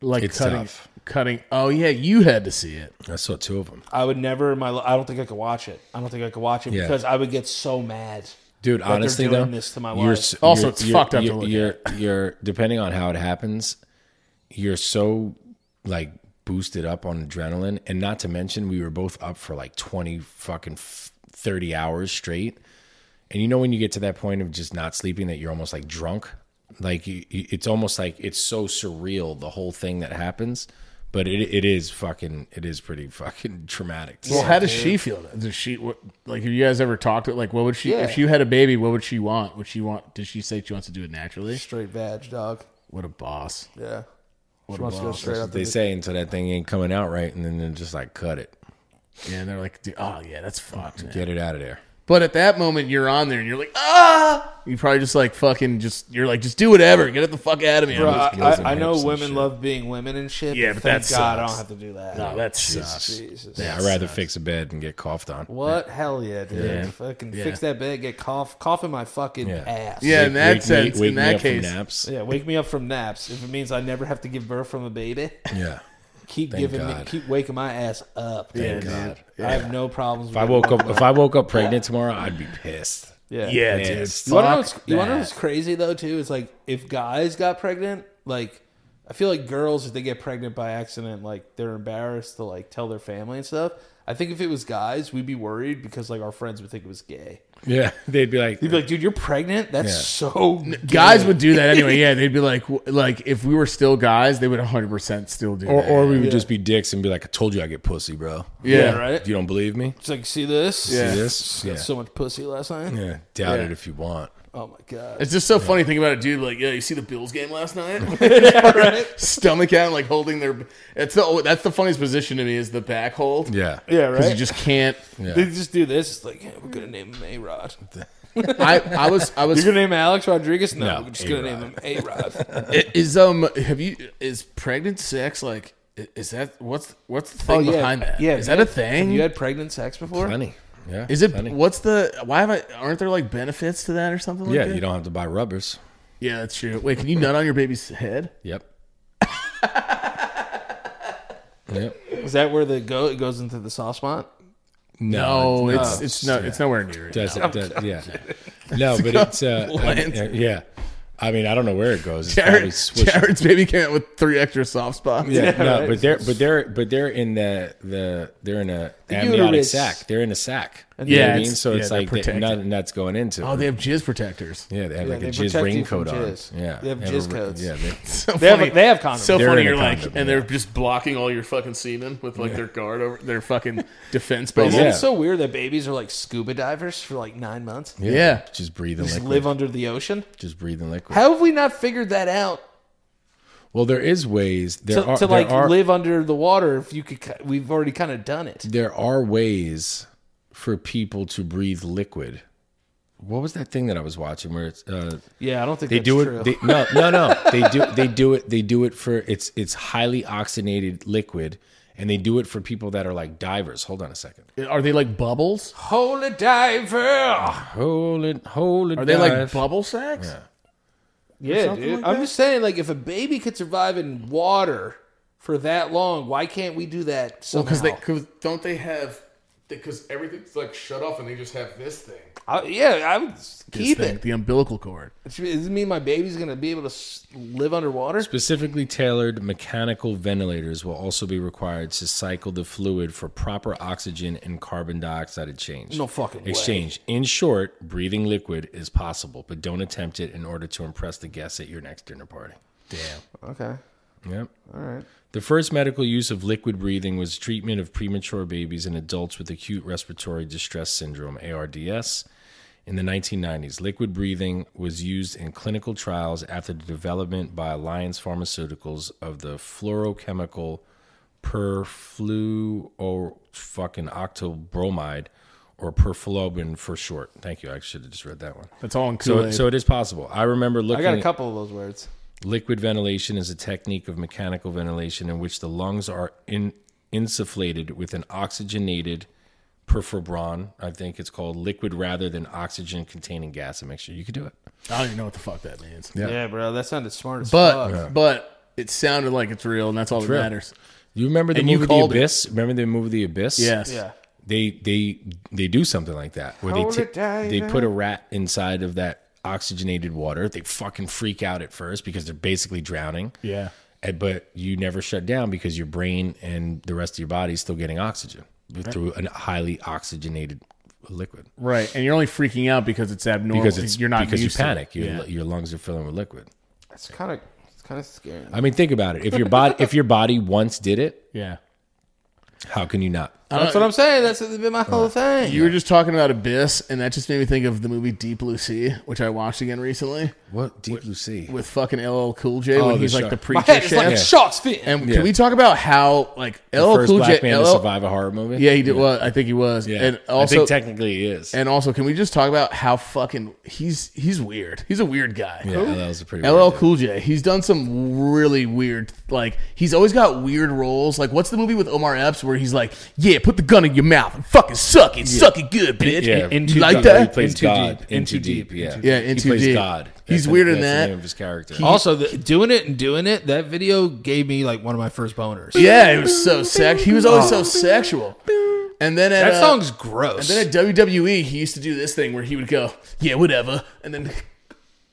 Speaker 2: like
Speaker 1: It's
Speaker 2: cutting
Speaker 1: tough.
Speaker 2: cutting. Oh yeah, you had to see it.
Speaker 1: I saw two of them,
Speaker 3: I would never in my. li- I don't think I could watch it. I don't think I could watch it
Speaker 1: Yeah.
Speaker 3: because I would get so mad.
Speaker 1: dude. honestly,
Speaker 3: doing
Speaker 1: though,
Speaker 3: this to my
Speaker 1: you're
Speaker 3: wife.
Speaker 1: s-
Speaker 2: Also,
Speaker 1: you're-
Speaker 2: it's
Speaker 1: you're-
Speaker 2: fucked up to
Speaker 1: You're,
Speaker 2: look
Speaker 1: you're, you're- depending on how it happens. You're so like boosted up on adrenaline, and not to mention we were both up for like twenty fucking f- thirty hours straight. And you know when you get to that point of just not sleeping that you're almost like drunk, like you, you, it's almost like it's so surreal the whole thing that happens. But it it is fucking it is pretty fucking traumatic. to
Speaker 2: Well,
Speaker 1: see.
Speaker 2: how does she feel? Does she what, like? Have you guys ever talked to like? What would she
Speaker 3: Yeah.
Speaker 2: if you had a baby? What would she want? Would she want? Does she say she wants to do it naturally?
Speaker 3: Straight vag dog.
Speaker 2: What a boss!
Speaker 3: Yeah. She wants to go straight up.
Speaker 1: they say until that thing ain't coming out right, and then they're just like cut it,
Speaker 2: Yeah, and they're like, dude, oh yeah, that's fucked. man.
Speaker 1: get it out of there.
Speaker 2: But at that moment, you're on there and you're like, ah! You probably just like fucking just you're like, just do whatever, get it the fuck out of me. I'm
Speaker 3: Bro, I,
Speaker 2: just-
Speaker 1: girls and
Speaker 3: I, I know
Speaker 1: hips and
Speaker 3: women
Speaker 1: shit.
Speaker 3: love being women and shit.
Speaker 2: Yeah, but
Speaker 3: but, thank
Speaker 2: that
Speaker 3: God I don't
Speaker 2: sucks.
Speaker 3: have to do that.
Speaker 2: no, that Oh, sucks.
Speaker 1: Jesus.
Speaker 3: Jesus.
Speaker 1: Yeah, I'd rather fix a bed and get coughed on.
Speaker 3: What? Hell yeah, dude. Fucking fix that bed. Get cough, cough in my fucking
Speaker 1: Yeah.
Speaker 3: ass.
Speaker 2: Yeah, in that
Speaker 1: Wake me-
Speaker 2: sense,
Speaker 1: wake
Speaker 2: in
Speaker 1: me
Speaker 2: that
Speaker 1: up from
Speaker 2: case,
Speaker 1: naps.
Speaker 3: Yeah, wake me up from naps if it means I never have to give birth from a baby.
Speaker 1: Yeah.
Speaker 3: Keep giving me,
Speaker 1: God.
Speaker 3: keep waking my ass up.
Speaker 2: yeah,
Speaker 3: dude.
Speaker 2: dude.
Speaker 3: I have no problems.
Speaker 1: If I woke up, if I woke up pregnant tomorrow, I'd be pissed.
Speaker 3: yeah,
Speaker 2: yeah, dude.
Speaker 1: Yes.
Speaker 3: You wanna, know what's,
Speaker 2: Fuck
Speaker 3: you wanna know
Speaker 2: that.
Speaker 3: what's crazy though too? It's like if guys got pregnant, like I feel like girls if they get pregnant by accident, like they're embarrassed to like tell their family and stuff. I think if it was guys, we'd be worried because like our friends would think it was gay.
Speaker 1: Yeah, they'd be like,
Speaker 3: They'd be like, "Dude, you're pregnant? That's
Speaker 1: Yeah.
Speaker 3: so gay."
Speaker 2: Guys would do that anyway. Yeah, they'd be like, w- like if we were still guys, they would 100 percent still do.
Speaker 1: or
Speaker 2: that.
Speaker 1: or we would just be dicks and be like, I told you I get pussy, bro.
Speaker 2: yeah,
Speaker 3: yeah, right?
Speaker 1: If you don't believe me,
Speaker 3: It's like, see this?
Speaker 1: do
Speaker 2: Yeah.
Speaker 1: this. Yeah.
Speaker 3: Got so much pussy last night.
Speaker 1: yeah. Doubt
Speaker 2: Yeah.
Speaker 1: it if you want.
Speaker 3: Oh my god!
Speaker 2: It's just so funny thinking about it, dude. Like, yeah, you see the Bills game last night?
Speaker 3: Right?
Speaker 2: Stomach out, like holding their. It's the, that's the funniest position to me is the back hold.
Speaker 1: Yeah.
Speaker 3: Yeah,
Speaker 2: because
Speaker 3: right.
Speaker 2: you just can't.
Speaker 3: They just do this. It's like, yeah, we're gonna name him A Rod.
Speaker 2: I, I was I was
Speaker 3: You're gonna name Alex Rodriguez? No,
Speaker 1: No,
Speaker 3: we're just gonna
Speaker 1: A-Rod.
Speaker 3: name him A Rod.
Speaker 2: I- is um have you is pregnant sex like i- is that what's what's the thing
Speaker 3: Oh, yeah.
Speaker 2: behind that?
Speaker 3: Yeah,
Speaker 2: is that a thing?
Speaker 3: you had pregnant sex before?
Speaker 1: Plenty. Yeah.
Speaker 2: is it
Speaker 1: plenty.
Speaker 2: what's the why have I aren't there like benefits to that or something? Like
Speaker 1: Yeah,
Speaker 2: that?
Speaker 1: you don't have to buy rubbers.
Speaker 2: yeah, that's true. Wait, can you nut on your baby's head?
Speaker 1: Yep. yep.
Speaker 3: Is that where the go? It goes into the soft spot.
Speaker 2: No, it's
Speaker 1: no.
Speaker 2: it's no, it's nowhere near it.
Speaker 1: Does it? Does, yeah. No, but it's uh, I mean, uh, yeah. I mean, I don't know where it goes. It's probably
Speaker 2: Jared,
Speaker 1: swish-
Speaker 2: Jared's baby came out with three extra soft spots.
Speaker 1: Yeah, no,
Speaker 3: right.
Speaker 1: but they're but they're but they're in the the they're in a amniotic
Speaker 3: uterus.
Speaker 1: sac. They're in a sac.
Speaker 2: Yeah,
Speaker 1: I mean,
Speaker 2: it's-
Speaker 1: so it's
Speaker 2: yeah, they're
Speaker 1: like they,
Speaker 2: protected.
Speaker 1: nothing that's going into.
Speaker 2: Oh,
Speaker 1: it.
Speaker 2: they have jizz protectors.
Speaker 1: yeah, they have like
Speaker 3: they
Speaker 1: a
Speaker 3: protect
Speaker 1: jizz
Speaker 3: you
Speaker 1: raincoat
Speaker 3: from
Speaker 1: on.
Speaker 3: jizz.
Speaker 1: Yeah,
Speaker 3: They have
Speaker 1: a
Speaker 3: jizz
Speaker 1: ra-
Speaker 3: coats.
Speaker 1: Yeah, they,
Speaker 2: So
Speaker 3: They have
Speaker 2: funny.
Speaker 3: they have condoms.
Speaker 2: so
Speaker 1: They're
Speaker 2: funny.
Speaker 1: in a
Speaker 2: You're like,
Speaker 1: condom,
Speaker 2: and
Speaker 1: yeah.
Speaker 2: they're just blocking all your fucking semen with like their guard over their fucking defense bubble.
Speaker 1: Yeah.
Speaker 3: It's so weird that babies are like scuba divers for like nine months.
Speaker 1: yeah.
Speaker 2: Yeah.
Speaker 1: just breathing
Speaker 3: Just
Speaker 1: liquid.
Speaker 3: live under the ocean.
Speaker 1: just breathing liquid.
Speaker 3: How have we not figured that out?
Speaker 1: well, there is ways. There
Speaker 3: To,
Speaker 1: are
Speaker 3: to
Speaker 1: there
Speaker 3: like
Speaker 1: are,
Speaker 3: live under the water, if you could, ki- we've already kind of done it.
Speaker 1: there are ways for people to breathe liquid. What was that thing that I was watching where it's uh,
Speaker 3: Yeah, I don't think
Speaker 1: they
Speaker 3: that's
Speaker 1: do
Speaker 3: true.
Speaker 1: it? They, no, no, no. They do they do it. They do it for it's it's highly oxygenated liquid, and they do it for people that are like divers. Hold on a second.
Speaker 2: Are they like bubbles?
Speaker 3: Holy diver.
Speaker 1: Hold it, hold it.
Speaker 2: Are they like
Speaker 1: dive.
Speaker 2: bubble sex?
Speaker 3: Yeah,
Speaker 2: something
Speaker 3: dude.
Speaker 2: like
Speaker 3: I'm
Speaker 2: that?
Speaker 3: just saying, like, if a baby could survive in water for that long, why can't we do that somehow?
Speaker 2: Because they cause don't they have because everything's like shut off and they just have this thing.
Speaker 3: I, yeah, I would keep
Speaker 2: thing,
Speaker 3: it.
Speaker 2: the umbilical cord.
Speaker 3: Does it mean my baby's gonna be able to s- live underwater?
Speaker 1: Specifically tailored mechanical ventilators will also be required to cycle the fluid for proper oxygen and carbon dioxide exchange.
Speaker 3: No fucking way.
Speaker 1: exchange. In short, breathing liquid is possible, but don't attempt it in order to impress the guests at your next dinner party.
Speaker 2: Damn.
Speaker 3: Okay.
Speaker 1: Yep.
Speaker 3: All right.
Speaker 1: The first medical use of liquid breathing was treatment of premature babies and adults with acute respiratory distress syndrome (ARDS). In the 1990s, liquid breathing was used in clinical trials after the development by Alliance Pharmaceuticals of the fluorochemical perflu or fucking octobromide or perfluobin for short. Thank you. I should have just read that one.
Speaker 2: That's all in Kool
Speaker 1: So,
Speaker 2: Aid.
Speaker 1: so it is possible. I remember
Speaker 3: I
Speaker 1: looking.
Speaker 3: got a couple of those words.
Speaker 1: Liquid ventilation is a technique of mechanical ventilation in which the lungs are in, insufflated with an oxygenated perfibron, I think it's called liquid rather than oxygen containing gas and mixture. You could do it.
Speaker 2: I don't even know what the fuck that means.
Speaker 1: Yeah.
Speaker 3: bro, that sounded smart as
Speaker 2: But but it sounded like it's real and that's all that
Speaker 1: real.
Speaker 2: matters.
Speaker 1: You remember the
Speaker 2: And you
Speaker 1: movie The
Speaker 2: called it.
Speaker 1: Abyss? Remember the movie The Abyss?
Speaker 2: Yes.
Speaker 3: Yeah.
Speaker 1: They they they do something like that where
Speaker 3: Hold
Speaker 1: they
Speaker 3: it eh? down.
Speaker 1: they put a rat inside of that oxygenated water. They fucking freak out at first because they're basically drowning.
Speaker 2: Yeah.
Speaker 1: And- but you never shut down because your brain and the rest of your body is still getting oxygen through a highly oxygenated liquid
Speaker 2: Right. And you're only freaking out because it's abnormal.
Speaker 1: because it's
Speaker 2: you're not
Speaker 1: because you
Speaker 2: used to it.
Speaker 1: panic your,
Speaker 2: Yeah.
Speaker 1: your lungs are filling with liquid
Speaker 3: That's kind of it's kind of scary.
Speaker 1: i mean think about it if your body if your body once did it
Speaker 2: yeah.
Speaker 1: how can you not
Speaker 3: That's what I'm saying. That's been my whole thing.
Speaker 2: Uh, You were just talking about Abyss, and that just made me think of the movie Deep Blue Sea, which I watched again recently
Speaker 1: what deep blue sea
Speaker 2: with fucking LL Cool J
Speaker 1: Oh,
Speaker 2: when
Speaker 1: the
Speaker 2: he's like
Speaker 1: shark.
Speaker 2: the
Speaker 3: my
Speaker 2: preacher
Speaker 3: head
Speaker 2: chef.
Speaker 3: is like shark's fin.
Speaker 2: And
Speaker 1: Yeah.
Speaker 2: can we talk about how like LL
Speaker 1: first
Speaker 2: Cool J?
Speaker 1: black man to
Speaker 2: LL
Speaker 1: survive a horror movie
Speaker 2: yeah, he did. Well, I think he was.
Speaker 1: yeah
Speaker 2: And
Speaker 1: i
Speaker 2: also,
Speaker 1: think technically he is
Speaker 2: and also, can we just talk about how fucking he's he's weird. He's a weird guy.
Speaker 1: yeah that was a pretty
Speaker 2: LL
Speaker 1: weird
Speaker 2: Cool J. He's done some really weird, like he's always got weird roles. Like what's the movie with Omar Epps where he's like, "Yeah, put the gun in your mouth and fucking suck it, suck it good, bitch."
Speaker 1: yeah
Speaker 2: You
Speaker 3: Into
Speaker 2: like
Speaker 1: dude.
Speaker 2: that?
Speaker 1: he plays
Speaker 3: In Too
Speaker 1: god
Speaker 3: Deep.
Speaker 1: in
Speaker 3: In
Speaker 1: too
Speaker 3: Too
Speaker 1: deep, yeah
Speaker 2: Yeah, In
Speaker 1: he
Speaker 2: Too
Speaker 1: plays
Speaker 2: Deep.
Speaker 1: god
Speaker 2: He's
Speaker 1: That's
Speaker 2: weird in
Speaker 1: that's the
Speaker 2: that.
Speaker 1: name of his character
Speaker 3: also, the, doing it and doing it. That video gave me like one of my first boners.
Speaker 2: Yeah, it was so sex. He was always so sexual. And then at,
Speaker 3: That
Speaker 2: uh,
Speaker 3: song's gross.
Speaker 2: then at WWE, he used to do this thing where he would go, "Yeah, whatever," and then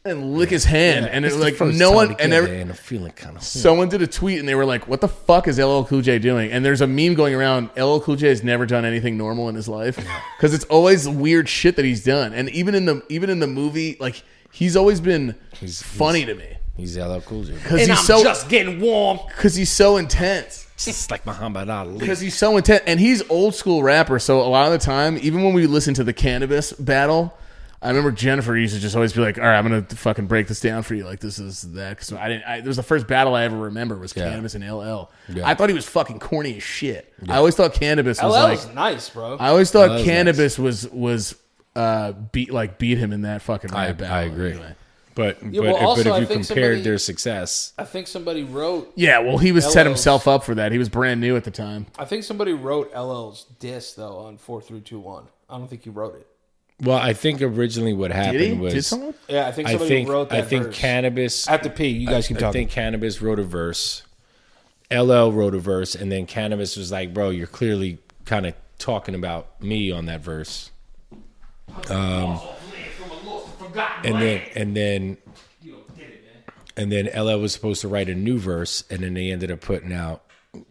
Speaker 2: and lick his hand, and it
Speaker 1: It's
Speaker 2: was
Speaker 1: the
Speaker 2: like
Speaker 1: first
Speaker 2: no
Speaker 1: time
Speaker 2: one and
Speaker 1: together,
Speaker 2: every,
Speaker 1: and i'm feeling kind of
Speaker 2: someone did a tweet and they were like, "What the fuck is LL Cool J doing?" And there's a meme going around. LL Cool J has never done anything normal in his life because it's always weird shit that he's done. And even in the even in the movie, like he's always been funny to me
Speaker 1: he's LL Cool J bro.
Speaker 2: because he's so
Speaker 3: getting warm.
Speaker 2: because he's so intense.
Speaker 1: It's like Muhammad Ali.
Speaker 2: because he's so intense and he's old school rapper so a lot of the time even when we listen to the cannabis battle I remember Jennifer used to just always be like, "All right, I'm gonna fucking break this down for you. Like this is that." Because I didn't. I, it was the first battle I ever remember was Cannabis and LL. I thought he was fucking corny as shit. I always thought Cannabis was
Speaker 3: LL
Speaker 2: like.
Speaker 3: is nice, bro.
Speaker 2: I always thought
Speaker 1: was
Speaker 2: Cannabis was was uh beat like beat him in that fucking
Speaker 1: I,
Speaker 2: rap battle.
Speaker 1: I agree.
Speaker 2: anyway.
Speaker 1: But but,
Speaker 3: well,
Speaker 1: if-
Speaker 3: also,
Speaker 1: but
Speaker 3: I
Speaker 1: if you
Speaker 3: think
Speaker 1: compared
Speaker 3: somebody-
Speaker 1: their success,
Speaker 3: I think somebody wrote.
Speaker 2: Yeah, well, he was set
Speaker 3: LL's.
Speaker 2: himself up for that. He was brand new at the time.
Speaker 3: I think somebody wrote LL's diss though on four three two one. I don't think he wrote it.
Speaker 1: well, I think originally what happened
Speaker 2: Did he?
Speaker 1: was
Speaker 2: Did someone?
Speaker 3: Yeah, I think
Speaker 1: I
Speaker 3: somebody
Speaker 1: think
Speaker 3: wrote that.
Speaker 1: I think
Speaker 3: verse.
Speaker 1: cannabis.
Speaker 3: I have to pee. You guys keep
Speaker 1: I
Speaker 3: talking.
Speaker 1: think Cannabis wrote a verse. LL wrote a verse, and then Cannabis was like, "Bro, you're clearly kind of talking about me on that verse."
Speaker 4: Oh,
Speaker 1: Um, and then and then and then LL was supposed to write a new verse, and then they ended up putting out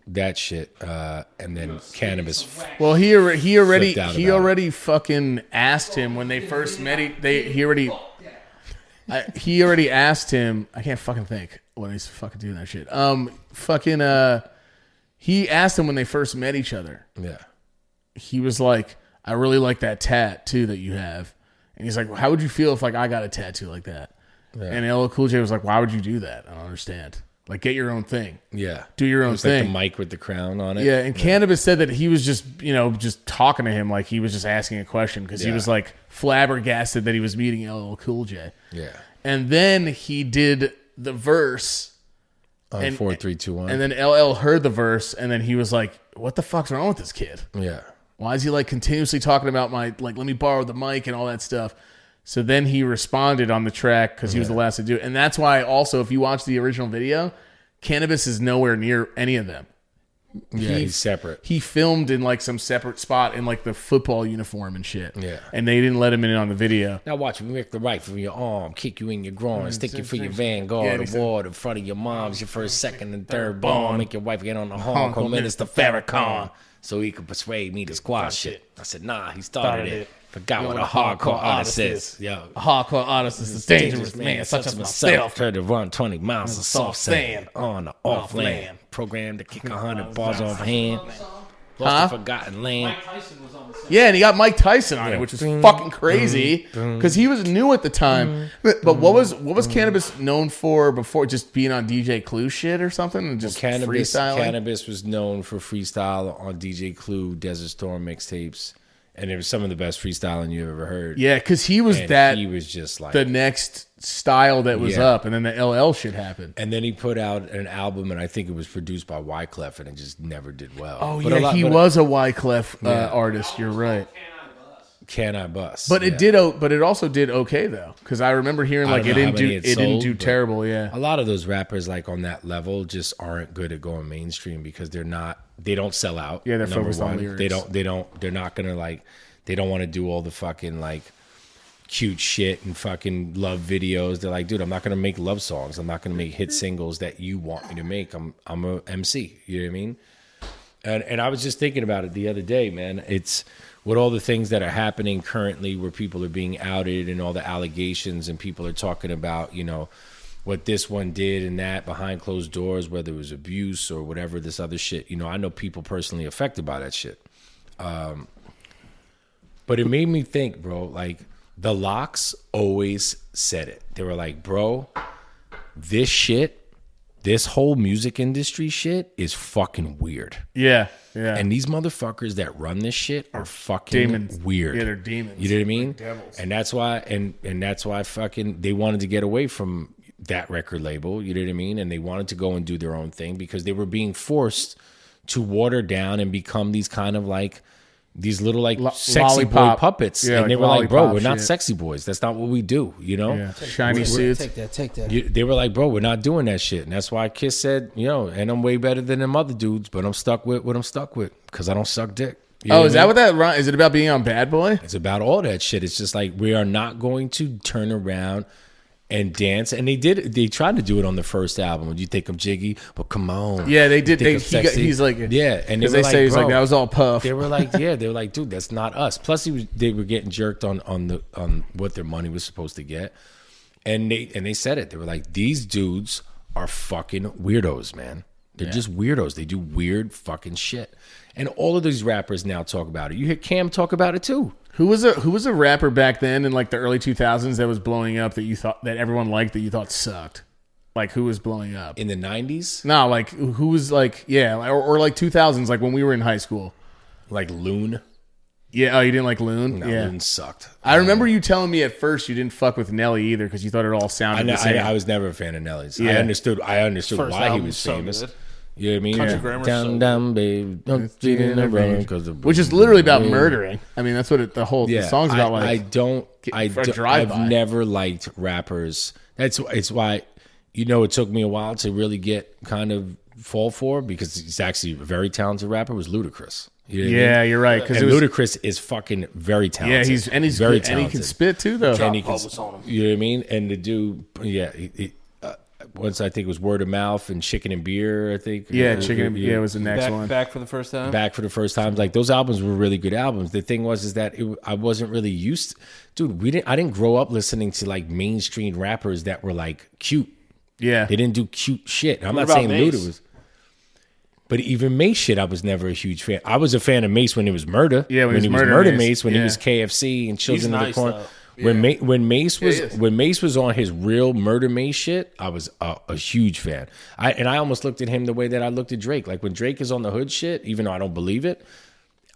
Speaker 1: that shit. Uh, and then Cannabis,
Speaker 2: Well, he alre- he already
Speaker 1: Flipped out
Speaker 2: he
Speaker 1: about it.
Speaker 2: already fucking asked him when they first met. He, they he already I, he already asked him. I can't fucking think when he's fucking doing that shit. Um, fucking uh, he asked him when they first met each other.
Speaker 1: yeah,
Speaker 2: He was like, "I really like that tattoo that you have," and he's like, well, "How would you feel if like I got a tattoo like that?" And LL Cool J was like, "Why would you do that? I don't understand. Like, get your own thing."
Speaker 1: yeah,
Speaker 2: Do your own
Speaker 1: It's like the
Speaker 2: thing.
Speaker 1: mic with the crown on it.
Speaker 2: Yeah, and Cannabis said that he was just, you know, just talking to him like he was just asking a question because he
Speaker 1: Yeah.
Speaker 2: was like flabbergasted that he was meeting LL Cool J.
Speaker 1: yeah.
Speaker 2: And then he did the verse,
Speaker 1: On
Speaker 2: And-
Speaker 1: four, three, two, one.
Speaker 2: and then LL heard the verse, and then he was like, "What the fuck's wrong with this kid?
Speaker 1: yeah,
Speaker 2: Why is he like continuously talking about my like let me borrow the mic and all that stuff?" So then he responded on the track because he was the last to do it, and that's why also if you watch the original video, Cannabis is nowhere near any of them.
Speaker 1: yeah.
Speaker 2: He-
Speaker 1: He's separate.
Speaker 2: he filmed in like some separate spot in like the football uniform and shit.
Speaker 1: Yeah.
Speaker 2: And they didn't let him in on the video.
Speaker 1: Now watch me make the right from your arm, kick you in your groin, stick you for your
Speaker 2: Yeah,
Speaker 1: vanguard
Speaker 2: he said-
Speaker 1: award in front of your mom's, your first, second, and third bond. Make your wife get on the honk or minister Farrakhan so he could persuade me to squash it. I said, nah, he started
Speaker 4: Started
Speaker 1: it.
Speaker 4: it.
Speaker 1: Forgot what a hardcore artist is. Yo,
Speaker 4: A hardcore artist is a dangerous man, such as myself.
Speaker 1: Tried to run 20 miles of soft sand
Speaker 4: sand
Speaker 1: on the off land.
Speaker 4: land.
Speaker 1: Programmed to kick 100 bars off hand.
Speaker 2: Huh?
Speaker 1: Lost the forgotten land.
Speaker 4: Tyson was on the
Speaker 2: Yeah, and he got Mike Tyson on it, which was fucking crazy because he was new at the time. But, but what was what was Cannabis known for before? Just being on DJ Clue shit or something, and just
Speaker 1: Cannabis,
Speaker 2: freestyling.
Speaker 1: cannabis was known for freestyle on DJ Clue, Desert Storm mixtapes, and it was some of the best freestyling you've ever heard.
Speaker 2: Yeah, because he was
Speaker 1: and
Speaker 2: that
Speaker 1: he was just like.
Speaker 2: the next style that was
Speaker 1: Yeah.
Speaker 2: up, and then the LL shit happened.
Speaker 1: and then he put out an album, and I think it was produced by Wyclef, and it just never did well.
Speaker 2: Oh
Speaker 1: But a
Speaker 2: yeah,
Speaker 1: lot-
Speaker 2: he
Speaker 1: but
Speaker 2: was a Wyclef uh, artist. You're right.
Speaker 1: Can I bust?
Speaker 2: But it
Speaker 1: Yeah.
Speaker 2: did, o- but it also did okay though, because I remember hearing
Speaker 1: I
Speaker 2: like
Speaker 1: don't
Speaker 2: it
Speaker 1: know how
Speaker 2: didn't do
Speaker 1: many
Speaker 2: it
Speaker 1: it
Speaker 2: didn't
Speaker 1: sold,
Speaker 2: do
Speaker 1: but-
Speaker 2: terrible. Yeah,
Speaker 1: A lot of those rappers, like on that level, just aren't good at going mainstream because they're not. They don't sell out.
Speaker 2: Yeah, they're
Speaker 1: number
Speaker 2: focused on
Speaker 1: one.
Speaker 2: lyrics.
Speaker 1: They don't. They don't. They're not gonna like. They don't want to do all the fucking like cute shit and fucking love videos. They're like, dude, I'm not gonna make love songs. I'm not gonna make
Speaker 2: Mm-hmm.
Speaker 1: hit singles that you want me to make. I'm I'm a MC. You know what I mean? And and I was just thinking about it the other day, man. It's with all the things that are happening currently where people are being outed and all the allegations and people are talking about, you know, what this one did and that behind closed doors, whether it was abuse or whatever this other shit. You know, I know people personally affected by that shit. Um but it made me think, bro, like the locks always said it. They were like, bro, this shit, this whole music industry shit is fucking weird.
Speaker 2: yeah, yeah.
Speaker 1: And these motherfuckers that run this shit are fucking
Speaker 2: demons.
Speaker 1: weird.
Speaker 2: Yeah, they're demons.
Speaker 1: You know what I mean? And that's why and and that's why fucking they wanted to get away from that record label, you know what I mean? And they wanted to go and do their own thing because they were being forced to water down and become these kind of like these little like sexy
Speaker 2: lollipop.
Speaker 1: boy puppets.
Speaker 2: Yeah,
Speaker 1: and
Speaker 2: like
Speaker 1: they were like, bro,
Speaker 2: lollipop
Speaker 1: we're not
Speaker 2: shit.
Speaker 1: sexy boys. That's not what we do, you know?
Speaker 2: yeah. Shiny
Speaker 1: We're-
Speaker 2: suits.
Speaker 3: Take that. Take that.
Speaker 1: You- they were like, bro, we're not doing that shit. And that's why Kiss said, you know, and I'm way better than them other dudes, but I'm stuck with what I'm stuck with because I don't suck dick. You know
Speaker 2: oh, is
Speaker 1: I
Speaker 2: that
Speaker 1: mean?
Speaker 2: what that ri- is? It about being on Bad Boy?
Speaker 1: It's about all that shit. It's just like we are not going to turn around and dance. And they did. They tried to do it on the first album. You think I'm jiggy, but come on.
Speaker 2: Yeah, they did.
Speaker 1: Think
Speaker 2: They,
Speaker 1: I'm
Speaker 2: he got,
Speaker 1: sexy.
Speaker 2: he's like,
Speaker 1: yeah, and
Speaker 2: because they
Speaker 1: were
Speaker 2: say he's like
Speaker 1: bro,
Speaker 2: that was all puff.
Speaker 1: they were like, yeah, they were like, dude, that's not us. Plus, he was, they were getting jerked on on the on what their money was supposed to get, and they and they said it. They were like, these dudes are fucking weirdos, man. They're just weirdos. They do weird fucking shit, and all of these rappers now talk about it. You hear Cam talk about it too.
Speaker 2: Who was a who was a rapper back then in like the early 2000s that was blowing up that you thought that everyone liked that you thought sucked? Like who was blowing up?
Speaker 1: in the '90s,
Speaker 2: No, like who was like yeah, like- or, or like 2000s like when we were in high school.
Speaker 1: like Loon.
Speaker 2: Yeah, oh, you didn't like Loon?
Speaker 1: No,
Speaker 2: yeah.
Speaker 1: Loon sucked.
Speaker 2: I remember you telling me at first you didn't fuck with Nelly either because you thought it all
Speaker 1: I,
Speaker 2: sounded
Speaker 1: know,
Speaker 2: the same.
Speaker 1: I, I was never a fan of Nelly's. I
Speaker 2: Yeah.
Speaker 1: understood. I understood
Speaker 3: First
Speaker 1: why he
Speaker 3: album
Speaker 1: was
Speaker 3: so
Speaker 1: famous.
Speaker 3: good.
Speaker 1: You know what I mean?
Speaker 3: Country Grammar's
Speaker 1: down,
Speaker 3: so
Speaker 1: down, babe. Don't cheat in the rain 'cause the-
Speaker 2: which is literally about murdering. I mean, that's what it, the whole the song's about.
Speaker 1: I,
Speaker 2: like,
Speaker 1: I don't. I
Speaker 2: for a
Speaker 1: do,
Speaker 2: drive-by.
Speaker 1: I've never liked rappers. That's wh- it's why you know it took me a while to really get kind of fall for because he's actually a very talented rapper. Was Ludacris. You know what I mean?
Speaker 2: yeah, you're right because it
Speaker 1: And
Speaker 2: was.
Speaker 1: Ludacris is fucking very
Speaker 2: Yeah,
Speaker 1: talented.
Speaker 2: he's and he's
Speaker 1: very
Speaker 2: good, and
Speaker 1: talented.
Speaker 2: he can spit too though.
Speaker 1: And he can-
Speaker 3: Bubbles on him.
Speaker 1: You know what I mean? And the dude, yeah. He, he, uh, once I think it was word of mouth and chicken and beer. I think.
Speaker 2: Yeah,
Speaker 1: Uh,
Speaker 2: chicken. Yeah, was the next
Speaker 3: Back,
Speaker 2: one.
Speaker 3: back for the first time.
Speaker 1: back for the first time. Like those albums were really good albums. The thing was is that it, I wasn't really used. dude, we didn't. I didn't grow up listening to like mainstream rappers that were like cute.
Speaker 2: Yeah,
Speaker 1: They didn't do cute shit. I'm not
Speaker 3: about
Speaker 1: saying
Speaker 3: Mace?
Speaker 1: Luda was. But even Mace shit, I was never a huge fan. I was a fan of Mace when it was Murder.
Speaker 2: Yeah, when
Speaker 1: when,
Speaker 2: it was
Speaker 1: he was
Speaker 2: Murder
Speaker 1: Murder
Speaker 2: Mace.
Speaker 1: Mace, when
Speaker 2: Yeah.
Speaker 1: he was KFC and Children of
Speaker 3: nice,
Speaker 1: the Corn.
Speaker 3: though.
Speaker 1: When, Ma- when Mace was
Speaker 2: he is.
Speaker 1: when Mace was on his real Murder Mace shit, I was a, a huge fan. I and I almost looked at him the way that I looked at Drake. Like when Drake is on the hood shit, even though I don't believe it,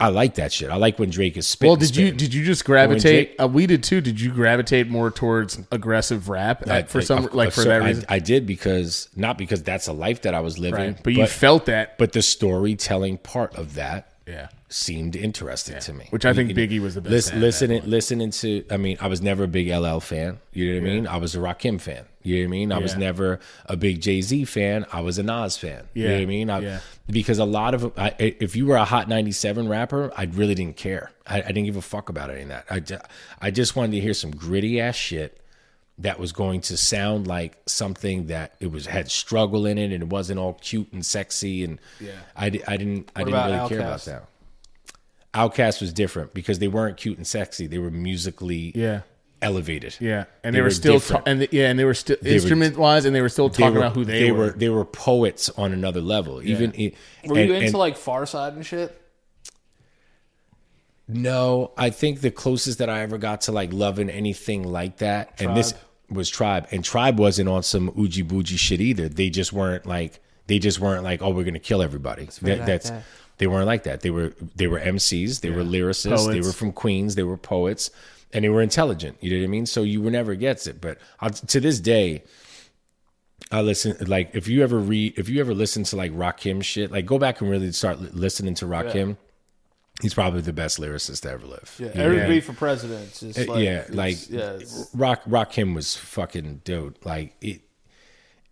Speaker 1: I like that shit. I like when Drake is spitting.
Speaker 2: Well, did you
Speaker 1: spitting.
Speaker 2: did you just gravitate? uh, we did too. Did you gravitate more towards aggressive rap uh,
Speaker 1: I-
Speaker 2: for
Speaker 1: I-
Speaker 2: some
Speaker 1: of-
Speaker 2: like
Speaker 1: of
Speaker 2: for
Speaker 1: cer-
Speaker 2: that
Speaker 1: I-
Speaker 2: reason?
Speaker 1: I, did because not because that's a life that I was living,
Speaker 2: right. But you felt that,
Speaker 1: but the storytelling part of that
Speaker 2: yeah.
Speaker 1: seemed interesting to me.
Speaker 2: Which I think Biggie was the best.
Speaker 1: Listen,
Speaker 2: at.
Speaker 1: listening, listening to. I mean, I was never a big LL fan. You know what I mean? I was a Rakim fan. You know what I mean? I was
Speaker 2: Yeah.
Speaker 1: never a big Jay Z fan. I was a Nas fan. You know
Speaker 2: Yeah.
Speaker 1: what I mean? I,
Speaker 2: Yeah.
Speaker 1: Because a lot of, I, if you were a Hot 97 rapper, I really didn't care. I, I didn't give a fuck about any of that. I, ju- I just wanted to hear some gritty ass shit that was going to sound like something that it was had struggle in it and it wasn't all cute and sexy and yeah. I, di- I didn't I didn't
Speaker 3: about
Speaker 1: really care about
Speaker 3: Outkast?
Speaker 1: that. Outcast was different because they weren't cute and sexy. They were musically
Speaker 2: yeah,
Speaker 1: elevated.
Speaker 2: yeah, and they,
Speaker 1: They
Speaker 2: were,
Speaker 1: were
Speaker 2: still ta-
Speaker 1: different.
Speaker 2: and the, yeah, and they were still instrument wise, and they were still
Speaker 1: They
Speaker 2: talking
Speaker 1: were,
Speaker 2: about who they, were.
Speaker 1: They were poets on another level. Even i-
Speaker 3: Were
Speaker 1: and-
Speaker 3: you into
Speaker 1: and-
Speaker 3: like Far Side and shit?
Speaker 1: No, I think the closest that I ever got to like loving anything like that, and this was Tribe, and Tribe wasn't on some oogie boogie shit either. They just weren't like they just weren't like oh we're gonna kill everybody. That-
Speaker 3: like
Speaker 1: that's
Speaker 3: that.
Speaker 1: they weren't like that. They were they were MCs, they were lyricists, they
Speaker 2: Poets.
Speaker 1: were from Queens, they were poets, and they were intelligent. You know what I mean? So you were never gets it. But i to this day, I listen like if you ever read if you ever listen to like Rakim shit, like go back and really start li- listening to Rakim. He's probably the best lyricist to ever live.
Speaker 3: Yeah, every beat for presidents. Is like,
Speaker 1: Uh, yeah,
Speaker 3: it's-
Speaker 1: like
Speaker 3: yeah, it's-
Speaker 1: Rock Rakim was fucking dude. Like it,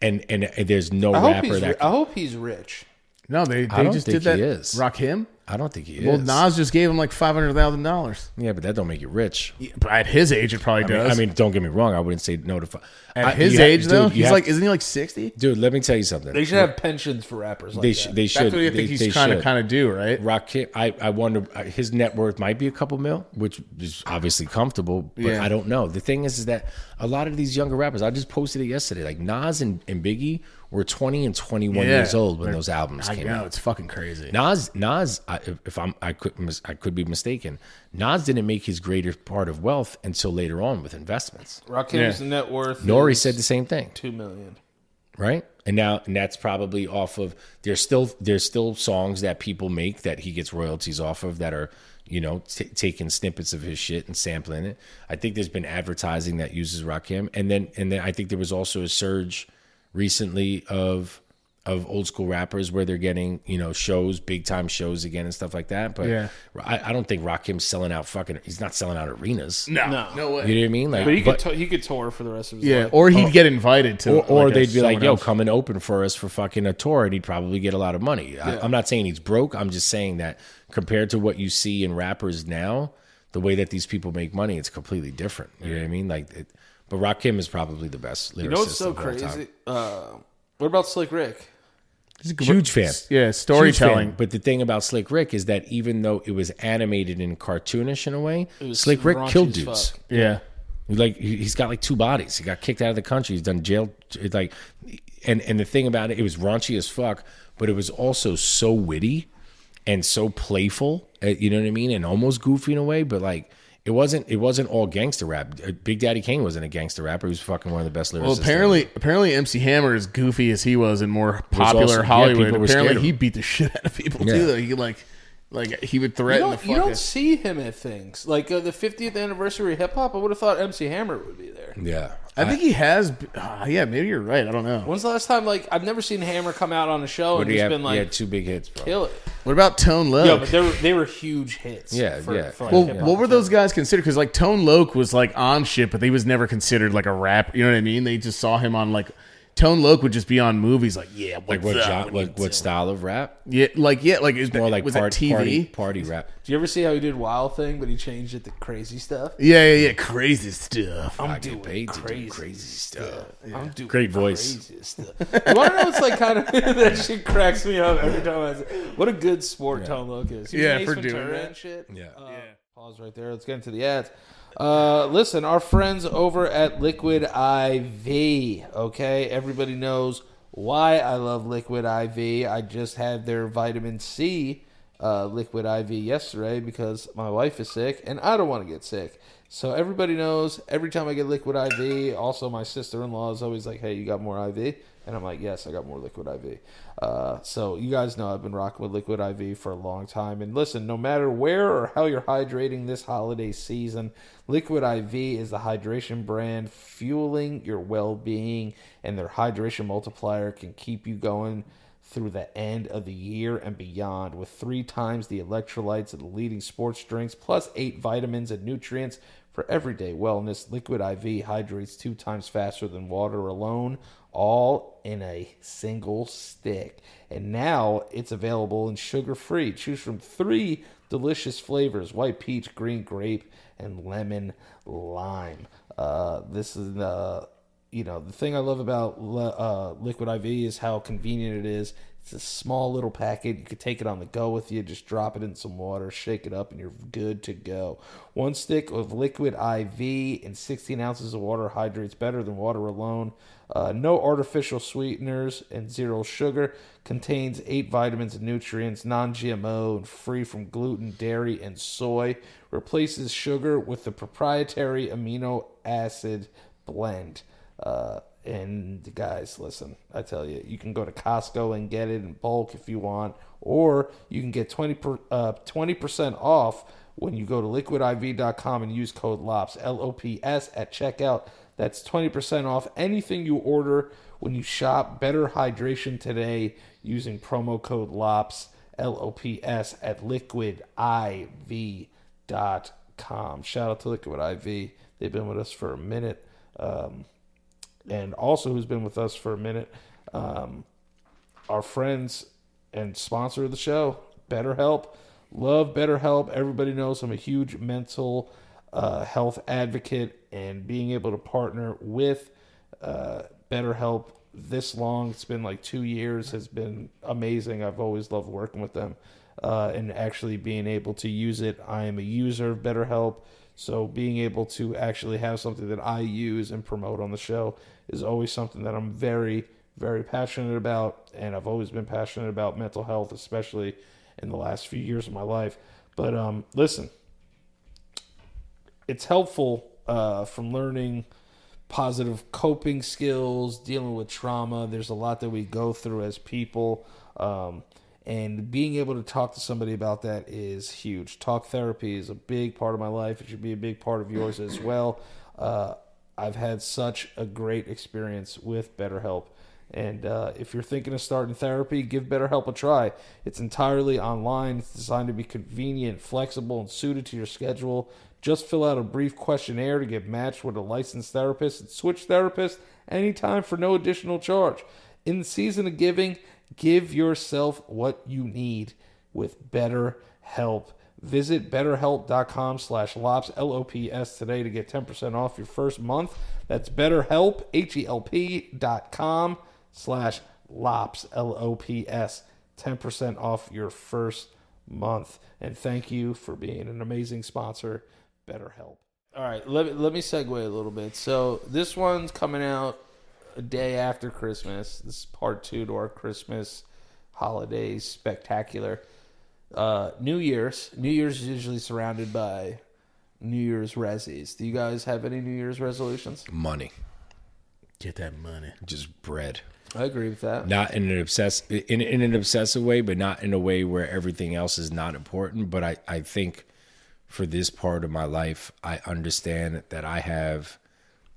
Speaker 1: and and, and there's no
Speaker 3: I hope
Speaker 1: rapper
Speaker 3: he's. ri-
Speaker 1: that
Speaker 3: I hope he's rich.
Speaker 2: no, they they
Speaker 1: don't
Speaker 2: just
Speaker 1: think
Speaker 2: did that.
Speaker 1: he is.
Speaker 2: Rock him.
Speaker 1: I don't think he
Speaker 2: Well,
Speaker 1: is.
Speaker 2: Nas just gave him like five hundred thousand dollars.
Speaker 1: yeah, but that don't make you rich.
Speaker 2: But at his age, it probably
Speaker 1: I mean,
Speaker 2: does.
Speaker 1: I mean, don't get me wrong. I wouldn't say no to. Fu-
Speaker 2: at
Speaker 1: I-
Speaker 2: his
Speaker 1: you ha-
Speaker 2: age
Speaker 1: dude,
Speaker 2: though,
Speaker 1: you
Speaker 2: he's
Speaker 1: have-
Speaker 2: like, isn't he like sixty?
Speaker 1: dude. Let me tell you something.
Speaker 3: They should have pensions for rappers like
Speaker 1: they,
Speaker 3: that.
Speaker 1: sh- they should.
Speaker 2: That's what I
Speaker 1: they,
Speaker 2: think
Speaker 1: they
Speaker 2: he's trying to
Speaker 1: should.
Speaker 2: kind of do, right?
Speaker 1: Rakim, I, I wonder uh, his net worth might be a couple mil, which is obviously comfortable, but
Speaker 2: Yeah.
Speaker 1: I don't know. The thing is, is that a lot of these younger rappers, I just posted it yesterday, like Nas and, and Biggie were 20 and 21
Speaker 2: Yeah.
Speaker 1: years old when those albums
Speaker 2: I
Speaker 1: came
Speaker 2: know
Speaker 1: out.
Speaker 2: it's fucking crazy.
Speaker 1: Nas, Nas, I, if I'm, I could, mis- I could be mistaken. Nas didn't make his greater part of wealth until later on with investments.
Speaker 3: Rakim's
Speaker 2: Yeah.
Speaker 3: net worth.
Speaker 1: Nori
Speaker 3: is
Speaker 1: said the same thing
Speaker 3: two million.
Speaker 1: right? And now and that's probably off of there's still there's still songs that people make that he gets royalties off of that are you know t- taking snippets of his shit and sampling it. I think there's been advertising that uses Rakim, and then and then I think there was also a surge recently of of old school rappers where they're getting you know shows, big time shows again and stuff like that. But
Speaker 2: Yeah.
Speaker 1: I, I don't think Rakim's selling out fucking. He's not selling out arenas.
Speaker 2: No,
Speaker 3: No.
Speaker 1: You know what I mean? Like,
Speaker 3: But he could
Speaker 1: but-
Speaker 3: to- he could tour for the rest of his
Speaker 2: Yeah,
Speaker 3: life.
Speaker 2: or he'd get invited to,
Speaker 1: or, or
Speaker 2: like, a-
Speaker 1: they'd be like,
Speaker 2: someone
Speaker 1: "Yo,
Speaker 2: else.
Speaker 1: come and open for us for fucking a tour," and he'd probably get a lot of money. I, I'm not saying he's broke. I'm just saying that compared to what you see in rappers now, the way that these people make money, it's completely different. You know what I mean? Like, it, but Rakim is probably the best lyricist.
Speaker 3: You know what's so
Speaker 1: of all time.
Speaker 3: crazy? Uh, what about Slick Rick?
Speaker 2: He's a gr-
Speaker 1: Huge fan. Huge
Speaker 2: Yeah,
Speaker 1: fan.
Speaker 2: storytelling.
Speaker 1: But the thing about Slick Rick is that even though it was animated and cartoonish in a way,
Speaker 3: was
Speaker 1: Slick Rick
Speaker 3: raunchy
Speaker 1: killed
Speaker 3: as
Speaker 1: dudes.
Speaker 3: fuck.
Speaker 2: Yeah,
Speaker 1: Like he- he's got like two bodies. He got kicked out of the country. He's done jail. it's Like, and and the thing about it, it was raunchy as fuck, but it was also so witty and so playful. uh, You know what I mean? And almost goofy in a way, but like it It wasn't. It wasn't all gangster rap. Uh, Big Daddy Kane wasn't a gangster rapper. He was fucking one of the best lyricists.
Speaker 2: Well, apparently, apparently, MC Hammer, as goofy as he was and more popular
Speaker 1: also- yeah,
Speaker 2: Hollywood,
Speaker 1: people were scared
Speaker 2: apparently
Speaker 1: of
Speaker 2: he
Speaker 1: him.
Speaker 2: beat the shit out of people
Speaker 1: Yeah.
Speaker 2: too. Though he like, like he would
Speaker 3: You
Speaker 2: threaten
Speaker 3: don't,
Speaker 2: the
Speaker 3: you
Speaker 2: fucking.
Speaker 3: don't see him at things like uh, the 50th anniversary of hip hop. I would have thought MC Hammer would be there.
Speaker 1: Yeah.
Speaker 2: I think he has. Uh, yeah, maybe you're right. I don't know.
Speaker 3: When's the last time? Like I've never seen Hammer come out on a show
Speaker 1: But
Speaker 3: and
Speaker 1: he
Speaker 3: just
Speaker 1: had,
Speaker 3: been
Speaker 1: he
Speaker 3: like,
Speaker 1: had two big hits, bro.
Speaker 3: kill it.
Speaker 2: What about Tone
Speaker 3: Yeah,
Speaker 2: Loc?
Speaker 3: but they were they were huge hits.
Speaker 1: Yeah,
Speaker 3: for,
Speaker 1: yeah.
Speaker 3: For like
Speaker 2: well,
Speaker 3: hip-hop.
Speaker 2: what were those guys considered? Because like Tone Loc was like on shit, but he was never considered like a rapper. You know what I mean? They just saw him on like Tone Loc would just be on movies. Like yeah,
Speaker 1: Like
Speaker 2: what's
Speaker 1: what?
Speaker 2: up?
Speaker 1: John, like what style of rap?
Speaker 2: yeah, like yeah, like is
Speaker 1: More like
Speaker 2: was
Speaker 1: part-
Speaker 2: it TV?
Speaker 1: party party rap.
Speaker 3: Do you ever see how he did Wild Thing, but he changed it to crazy stuff?
Speaker 2: Yeah, yeah, yeah, crazy stuff.
Speaker 3: I'm
Speaker 1: I get
Speaker 3: doing
Speaker 1: paid to do
Speaker 3: crazy,
Speaker 1: crazy
Speaker 3: stuff. I'm doing
Speaker 1: Great voice.
Speaker 3: Crazy stuff. you want to know? It's like kind of that shit cracks me up every time. I say, what a good sport Tone Loc is. He was
Speaker 2: Yeah,
Speaker 3: in Ace
Speaker 2: for doing
Speaker 3: Ventura
Speaker 2: that.
Speaker 3: and shit.
Speaker 1: Yeah.
Speaker 3: Uh, Pause right there. Let's get into the ads. Uh, listen, our friends over at Liquid IV. Okay, everybody knows why I love Liquid IV. I just had their vitamin C uh, Liquid IV yesterday because my wife is sick and I don't want to get sick. So everybody knows every time I get Liquid IV. Also, my sister in law is always like, "Hey, you got more IV?" And I'm like, yes, I got more Liquid IV. Uh, so you guys know I've been rocking with Liquid IV for a long time. And listen, no matter where or how you're hydrating this holiday season, Liquid IV is the hydration brand fueling your well-being, and their hydration multiplier can keep you going through the end of the year and beyond with three times the electrolytes of the leading sports drinks plus eight vitamins and nutrients for everyday wellness liquid iv hydrates two times faster than water alone all in a single stick and now it's available in sugar free choose from three delicious flavors white peach green grape and lemon lime uh, this is the you know the thing I love about le- uh, Liquid IV is how convenient it is. It's a small little packet. You could take it on the go with you. Just drop it in some water, shake it up, and you're good to go. One stick of Liquid IV in 16 ounces of water hydrates better than water alone. Uh, no artificial sweeteners and zero sugar. Contains eight vitamins and nutrients, non-GMO, and free from gluten, dairy, and soy. Replaces sugar with the proprietary amino acid blend. Uh, and guys, listen, I tell you, you can go to Costco and get it in bulk if you want, or you can get 20 per, uh, 20% off when you go to liquidiv.com and use code LOPS, L O P S, at checkout. That's 20% off anything you order when you shop Better Hydration today using promo code LOPS, L O P S, at liquidiv.com. Shout out to Liquid IV. They've been with us for a minute. Um, and also who's been with us for a minute, um, our friends and sponsor of the show, BetterHelp. Love BetterHelp. Everybody knows I'm a huge mental uh, health advocate, and being able to partner with uh, BetterHelp this long, it's been like two years, has been amazing. I've always loved working with them uh, and actually being able to use it. I am a user of BetterHelp. So being able to actually have something that I use and promote on the show is always something that I'm very, very passionate about. And I've always been passionate about mental health, especially in the last few years of my life. But um, listen, it's helpful uh, from learning positive coping skills, dealing with trauma. There's a lot that we go through as people. Um, and being able to talk to somebody about that is huge. Talk therapy is a big part of my life. It should be a big part of yours as well. Uh, I've had such a great experience with BetterHelp. And uh, if you're thinking of starting therapy, give BetterHelp a try. It's entirely online. It's designed to be convenient, flexible, and suited to your schedule. Just fill out a brief questionnaire to get matched with a licensed therapist and switch therapists anytime for no additional charge. In the season of giving, give yourself what you need with BetterHelp. Visit betterhelp.com slash lops, L-O-P-S today to get 10% off your first month. That's betterhelp, H-E-L-P dot com slash lops, L-O-P-S, 10% off your first month. And thank you for being an amazing sponsor, BetterHelp. All right, let me, let me segue a little bit. So this one's coming out a day after Christmas. This is part two to our Christmas holiday spectacular uh, New Year's. New Year's is usually surrounded by New Year's resis. Do you guys have any New Year's resolutions?
Speaker 1: Money,
Speaker 2: Get that money.
Speaker 1: just bread.
Speaker 3: I agree with that.
Speaker 1: Not in an obsess in, in an obsessive way, but not in a way where everything else is not important. But I, I think for this part of my life, I understand that I have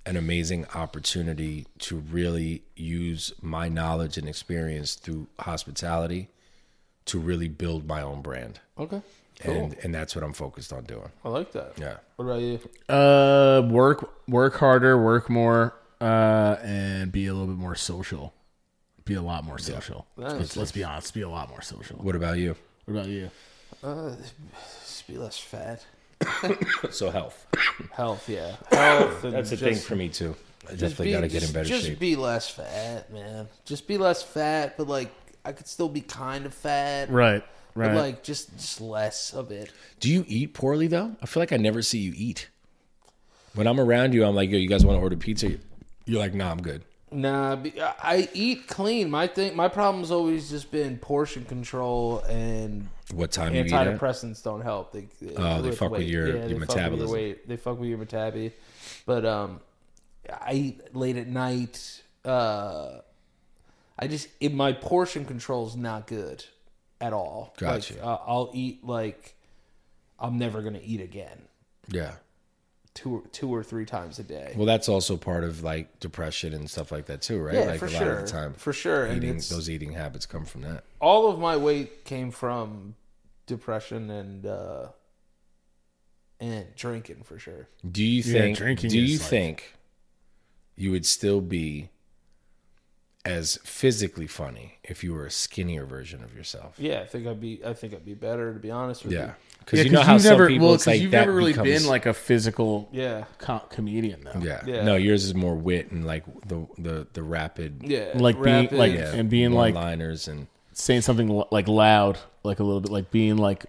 Speaker 1: an amazing opportunity to really use my knowledge and experience through hospitality to really build my own brand.
Speaker 3: Okay. Cool.
Speaker 1: And and that's what I'm focused on doing.
Speaker 3: I like that.
Speaker 1: Yeah.
Speaker 3: What about you?
Speaker 2: Uh, work work harder, work more, uh, and be a little bit more social. Be a lot more social. Let's, let's be honest. Be a lot more social. What
Speaker 1: What about you?
Speaker 2: about you?
Speaker 3: Just be less fat.
Speaker 1: So health.
Speaker 3: Health, yeah. Health. And
Speaker 1: That's a
Speaker 3: just,
Speaker 1: thing for me too. I definitely got to get in better
Speaker 3: just
Speaker 1: shape.
Speaker 3: be less fat, man. Just be less fat, but like I could still be kind of fat.
Speaker 2: Right.
Speaker 3: But
Speaker 2: Right.
Speaker 3: like just just less of it.
Speaker 1: Do you eat poorly though? I feel like I never see you eat. When I'm around you, I'm like, yo, you guys want to order pizza? You're like, nah, I'm good.
Speaker 3: Nah, be- I I eat clean. My thing, my problem's always just been portion control and
Speaker 1: What time you eat at?
Speaker 3: antidepressants don't help. They,
Speaker 1: Oh, they fuck with your- your
Speaker 3: they fuck with
Speaker 1: metabolism.
Speaker 3: weight. They fuck with your metabolism. But um, I eat late at night. Uh, I just it, my portion control is not good at all.
Speaker 1: Gotcha.
Speaker 3: Like, uh, I'll eat like I'm never gonna eat again.
Speaker 1: yeah.
Speaker 3: Two or two or three times a day.
Speaker 1: Well, that's also part of like depression and stuff like that too, right?
Speaker 3: yeah,
Speaker 1: like
Speaker 3: for
Speaker 1: a lot
Speaker 3: sure.
Speaker 1: of the time,
Speaker 3: for sure. And
Speaker 1: eating
Speaker 3: it's,
Speaker 1: those eating habits come from that.
Speaker 3: all of my weight came from depression and uh, and drinking for sure.
Speaker 1: Do you think?
Speaker 2: drinking
Speaker 1: do
Speaker 2: is
Speaker 1: you
Speaker 2: like-
Speaker 1: think you would still be as physically funny if you were a skinnier version of yourself?
Speaker 3: Yeah, I think I'd be. I think I'd be better to be honest with
Speaker 1: Yeah,
Speaker 3: you.
Speaker 1: because
Speaker 2: Yeah,
Speaker 1: you know how some
Speaker 2: never,
Speaker 1: people
Speaker 2: well,
Speaker 1: it's
Speaker 2: 'cause
Speaker 1: like
Speaker 2: you've
Speaker 1: that
Speaker 2: never really
Speaker 1: becomes-
Speaker 2: been like a physical
Speaker 3: Yeah,
Speaker 2: co- comedian though.
Speaker 1: yeah.
Speaker 3: Yeah.
Speaker 1: No, yours is more wit and like the the the rapid
Speaker 3: yeah.
Speaker 2: Like being
Speaker 3: rapid-
Speaker 2: like
Speaker 1: yeah,
Speaker 2: and being like
Speaker 1: liners and
Speaker 2: saying something l- like loud, like a little bit like being like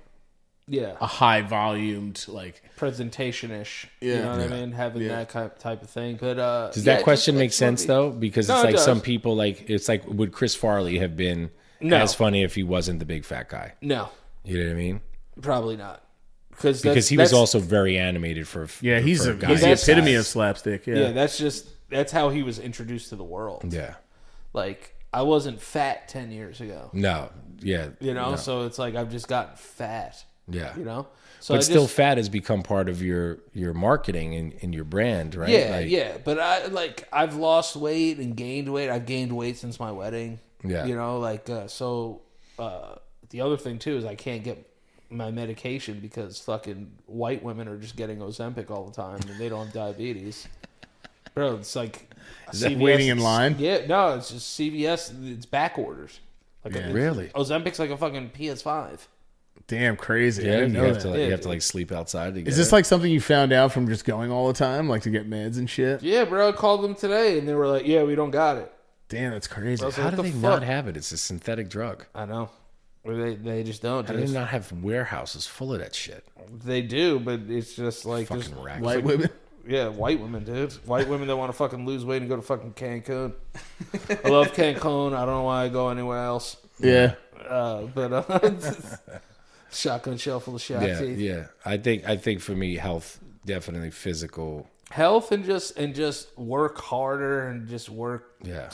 Speaker 3: yeah,
Speaker 2: a high volumed like
Speaker 3: presentation ish.
Speaker 2: Yeah.
Speaker 3: you know what I mean, having that type type of thing. But uh,
Speaker 1: does that question make sense though? Because
Speaker 3: No,
Speaker 1: it's
Speaker 3: it
Speaker 1: like
Speaker 3: does.
Speaker 1: some people like it's like would Chris Farley have been
Speaker 3: No.
Speaker 1: as funny if he wasn't the big fat guy?
Speaker 3: No,
Speaker 1: You know what I mean?
Speaker 3: probably not. Because
Speaker 1: Because he was also very animated for
Speaker 2: yeah. He's
Speaker 1: for
Speaker 2: a, he's the
Speaker 3: That's-
Speaker 2: epitome of slapstick. Yeah.
Speaker 3: yeah. That's just that's how he was introduced to the world.
Speaker 1: yeah
Speaker 3: Like I wasn't fat ten years ago.
Speaker 1: no yeah
Speaker 3: You know, so it's like I've just gotten fat.
Speaker 1: yeah
Speaker 3: You know, so
Speaker 1: but
Speaker 3: I
Speaker 1: still
Speaker 3: just,
Speaker 1: fat has become part of your your marketing and, and your brand right
Speaker 3: Yeah,
Speaker 1: Like,
Speaker 3: yeah, but I like I've lost weight and gained weight. I've gained weight since my wedding.
Speaker 1: Yeah.
Speaker 3: you know, like uh, so. Uh, the other thing too is I can't get my medication because fucking white women are just getting Ozempic all the time and they don't have diabetes. Bro, it's like CVS
Speaker 2: waiting in line?
Speaker 3: Yeah, no, it's just CVS. It's back orders. Like it's-
Speaker 1: really
Speaker 3: Ozempic's like a fucking PS5.
Speaker 2: Damn, crazy. I
Speaker 1: yeah
Speaker 2: didn't
Speaker 1: you
Speaker 2: know
Speaker 1: have
Speaker 2: that.
Speaker 1: to like,
Speaker 3: Yeah,
Speaker 1: you have to
Speaker 3: dude.
Speaker 1: like sleep outside to get
Speaker 2: Is
Speaker 1: it?
Speaker 2: this like something you found out from just going all the time, like to get meds and shit?
Speaker 3: Yeah, bro, I called them today and they were like, "Yeah, we don't got it."
Speaker 2: Damn, that's crazy.
Speaker 3: That's
Speaker 1: how
Speaker 3: what
Speaker 1: do
Speaker 3: the
Speaker 1: they
Speaker 3: fuck?
Speaker 1: not have it? It's a synthetic drug.
Speaker 3: I know. They they just don't.
Speaker 1: How do
Speaker 3: dude.
Speaker 1: they not have warehouses full of that shit?
Speaker 3: They do, but it's just like there's-
Speaker 1: Fucking rack.
Speaker 2: White women.
Speaker 3: yeah, white women, dude. White women that want to fucking lose weight and go to fucking Cancun. I love Cancun. I don't know why I go anywhere else.
Speaker 2: Yeah.
Speaker 3: Uh, but uh, shotgun shell full of shot
Speaker 1: yeah,
Speaker 3: teeth.
Speaker 1: yeah. I think I think for me, health definitely physical.
Speaker 3: Health and just and just work harder and just work
Speaker 1: Yeah,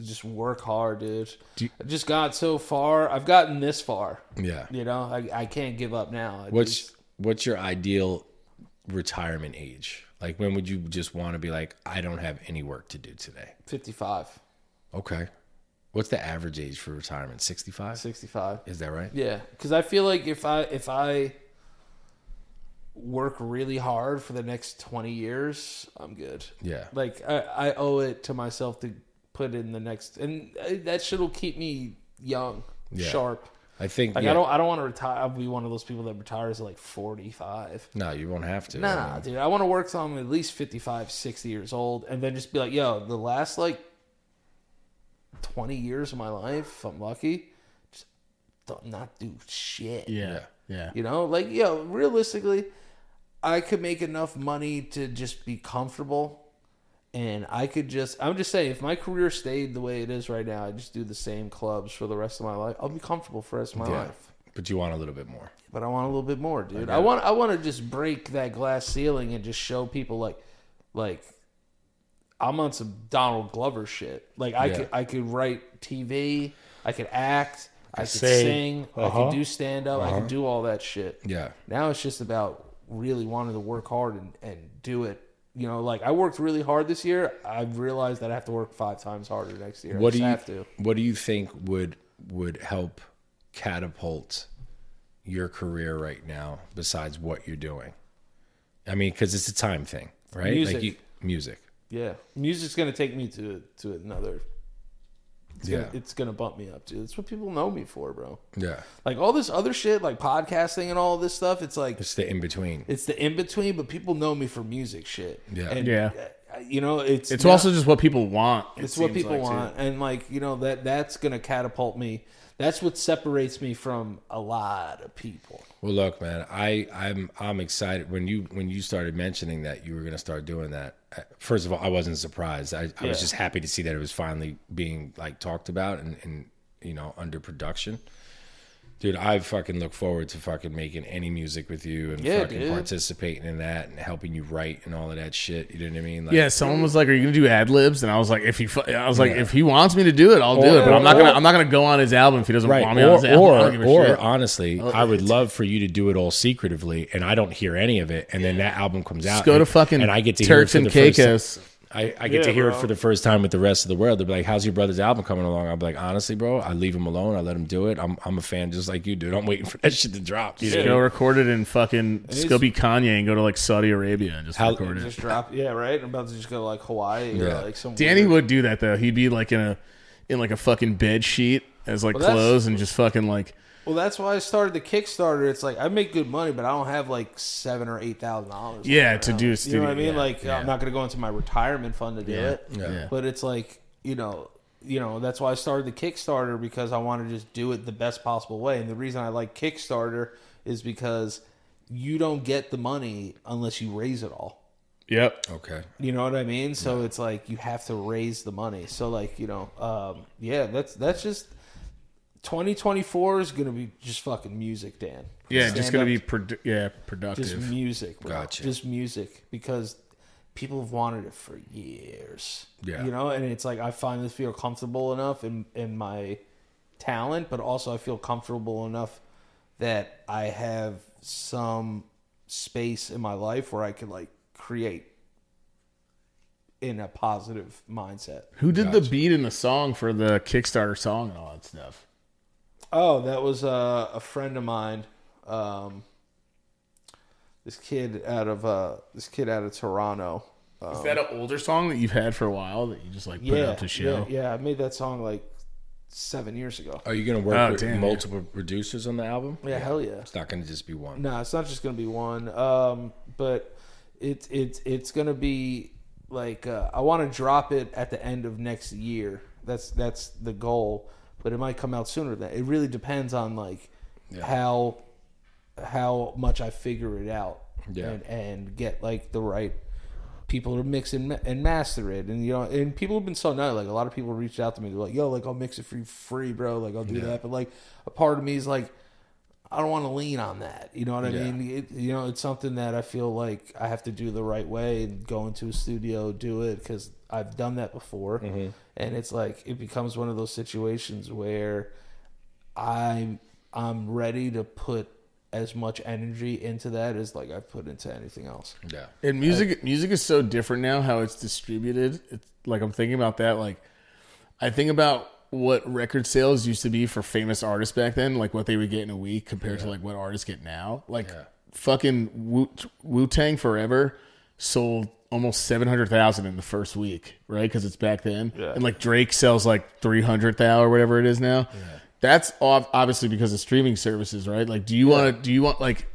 Speaker 3: just work hard, dude. I just got so far. I've gotten this far.
Speaker 1: yeah.
Speaker 3: You know, I, I can't give up now. I
Speaker 1: What's
Speaker 3: just-
Speaker 1: what's your ideal retirement age? Like, when would you just want to be like, I don't have any work to do today?
Speaker 3: 55,
Speaker 1: Okay. What's the average age for retirement? Sixty-five.
Speaker 3: 65.
Speaker 1: Is that right?
Speaker 3: Yeah, because I feel like if I if I work really hard for the next twenty years, I'm good.
Speaker 1: Yeah.
Speaker 3: Like I, I owe it to myself to put in the next, and uh, that shit will keep me young,
Speaker 1: Yeah.
Speaker 3: sharp.
Speaker 1: I think.
Speaker 3: Like
Speaker 1: yeah.
Speaker 3: I don't I don't want to retire. I'll be one of those people that retires at like forty five.
Speaker 1: No, you won't have to. I
Speaker 3: Nah,
Speaker 1: mean,
Speaker 3: dude, I want to work till I'm at least 55, 60 years old, and then just be like, yo, the last like 20 years of my life, if I'm lucky, just don't not do shit.
Speaker 2: Yeah. Yeah.
Speaker 3: You know, like yo, realistically, I could make enough money to just be comfortable, and I could just. I'm just saying, if my career stayed the way it is right now, I just do the same clubs for the rest of my life. I'll be comfortable for the rest of my
Speaker 1: yeah.
Speaker 3: life.
Speaker 1: but you want a little bit more.
Speaker 3: But I want a little bit more, dude. I, want I want to just break that glass ceiling and just show people like like I'm on some Donald Glover shit. Like I
Speaker 1: Yeah.
Speaker 3: could I could write TV, I could act, I could
Speaker 1: sing.
Speaker 3: sing, I could do stand up, I could do all that shit.
Speaker 1: uh-huh. Yeah.
Speaker 3: Now it's just about really wanting to work hard and, and do it. You know, like I worked really hard this year. I've realized that I have to work five times harder next year.
Speaker 1: What
Speaker 3: I
Speaker 1: do you
Speaker 3: just have to.
Speaker 1: What do you think would would help catapult your career right now besides what you're doing? I mean, because it's a time thing, right?
Speaker 3: Music.
Speaker 1: Like you, music.
Speaker 3: Yeah, music's gonna take me to to another. It's
Speaker 1: Yeah.
Speaker 3: gonna, it's gonna bump me up, dude. That's what people know me for, bro.
Speaker 1: Yeah.
Speaker 3: Like all this other shit, like podcasting and all this stuff. It's like
Speaker 1: It's the in between.
Speaker 3: it's the in between, but people know me for music shit.
Speaker 1: Yeah.
Speaker 3: and,
Speaker 2: Yeah.
Speaker 3: uh, You know, it's
Speaker 2: It's
Speaker 3: now-
Speaker 2: also just what people want. it
Speaker 3: it's what
Speaker 2: seems
Speaker 3: people
Speaker 2: like, too.
Speaker 3: want, and like you know that that's gonna catapult me. That's what separates me from a lot of people.
Speaker 1: Well, look, man, I I'm I'm excited when you when you started mentioning that you were going to start doing that. I- First of all, I wasn't surprised. I, I was
Speaker 3: Yeah.
Speaker 1: just happy to see that it was finally being like talked about and and you know under production. Dude, I fucking look forward to fucking making any music with you and
Speaker 3: Yeah,
Speaker 1: fucking
Speaker 3: dude.
Speaker 1: participating in that and helping you write and all of that shit. You know what I mean? Like,
Speaker 2: Yeah, someone was like, "Are you gonna do ad libs?" And I was like, "If he, fu- I was like, if he wants me to do it, I'll do it. But I'm not gonna, I'm not gonna go on his album if he doesn't
Speaker 1: Right.
Speaker 2: want me on his
Speaker 1: Or
Speaker 2: album. I
Speaker 1: or,
Speaker 2: don't give a
Speaker 1: or
Speaker 2: shit.
Speaker 1: honestly, I would love for you to do it all secretively, and I don't hear any of it. And then that album comes out.
Speaker 2: Just go
Speaker 1: and,
Speaker 2: to fucking
Speaker 1: and I get to
Speaker 2: Turks
Speaker 1: hear it
Speaker 2: and
Speaker 1: for the first-
Speaker 2: Caicos.
Speaker 1: I, I get to hear it for the first time with the rest of the world. They'll be like, "How's your brother's album coming along?" I'll be like, "Honestly, bro, I leave him alone. I let him do it. I'm I'm a fan just like you, dude. I'm waiting for that shit to drop." You know?
Speaker 2: Just go record it in fucking just go be Kanye and go to like Saudi Arabia and just
Speaker 1: How-
Speaker 2: record it.
Speaker 3: Just drop, yeah, right. I'm about to just go to, like Hawaii or
Speaker 1: Yeah.
Speaker 3: like some.
Speaker 2: Danny
Speaker 3: weird-
Speaker 2: would do that though. He'd be like in a in like a fucking bed sheet as like
Speaker 3: that's-
Speaker 2: clothes and just fucking like
Speaker 3: Well, that's why I started the Kickstarter. It's like I make good money, but I don't have like seven or eight thousand dollars.
Speaker 2: yeah to do a
Speaker 3: You
Speaker 2: studio.
Speaker 3: know what I mean?
Speaker 2: yeah.
Speaker 3: like I'm not going to go into my retirement fund to do it.
Speaker 1: Yeah.
Speaker 3: But it's like you know, you know that's why I started the Kickstarter because I want to just do it the best possible way. And the reason I like Kickstarter is because you don't get the money unless you raise it all.
Speaker 2: yep.
Speaker 1: Okay.
Speaker 3: You know what I mean? So it's like you have to raise the money. So like you know, um, yeah, that's that's just 2024 is gonna be just fucking music, Dan.
Speaker 2: Yeah, just
Speaker 3: Stand
Speaker 2: gonna
Speaker 3: up
Speaker 2: be produ- yeah
Speaker 3: just
Speaker 2: productive.
Speaker 3: music, bro.
Speaker 1: Gotcha.
Speaker 3: Just music because people have wanted it for years.
Speaker 1: Yeah.
Speaker 3: you know, and it's like I finally feel comfortable enough in in my talent, but also I feel comfortable enough that I have some space in my life where I can like create in a positive mindset.
Speaker 2: Who did the beat in the song for the Kickstarter song and all that stuff?
Speaker 3: Oh, that was uh, a friend of mine. Um, this kid out of uh, this kid out of Toronto.
Speaker 2: Is that an older song that you've had for a while that you just like put out to show?
Speaker 3: Yeah, yeah, I made that song like seven years ago.
Speaker 1: Are you gonna work
Speaker 2: Oh,
Speaker 1: with
Speaker 2: damn, yeah.
Speaker 1: multiple producers on the album?
Speaker 3: Yeah, hell yeah.
Speaker 1: It's not gonna just be one.
Speaker 3: No, it's not just gonna be one. Um, but it's it's it's gonna be like uh, I want to drop it at the end of next year. That's that's the goal. But it might come out sooner than it really depends on like how how much I figure it out
Speaker 1: Yeah.
Speaker 3: and and get like the right people to mix and, ma- and master it and you know and people have been so nice like a lot of people reached out to me they're like yo like i'll mix it for you free bro like i'll do that but like a part of me is like I don't want to lean on that. You know what I
Speaker 1: Yeah.
Speaker 3: mean? It, you know, it's something that I feel like I have to do the right way and go into a studio, do it because I've done that before,
Speaker 1: Mm-hmm.
Speaker 3: and it's like it becomes one of those situations where I I'm ready to put as much energy into that as like I've put into anything else.
Speaker 1: Yeah.
Speaker 2: And music music is so different now how it's distributed. It's like I'm thinking about that like I think about what record sales used to be for famous artists back then, like what they would get in a week compared to like what artists get now. Like fucking Wu Tang Forever sold almost 700,000 in the first week, right? Cuz it's back then. And like Drake sells like 300,000 or whatever it is now. That's off obviously because of streaming services, right? Like do you want to do you want like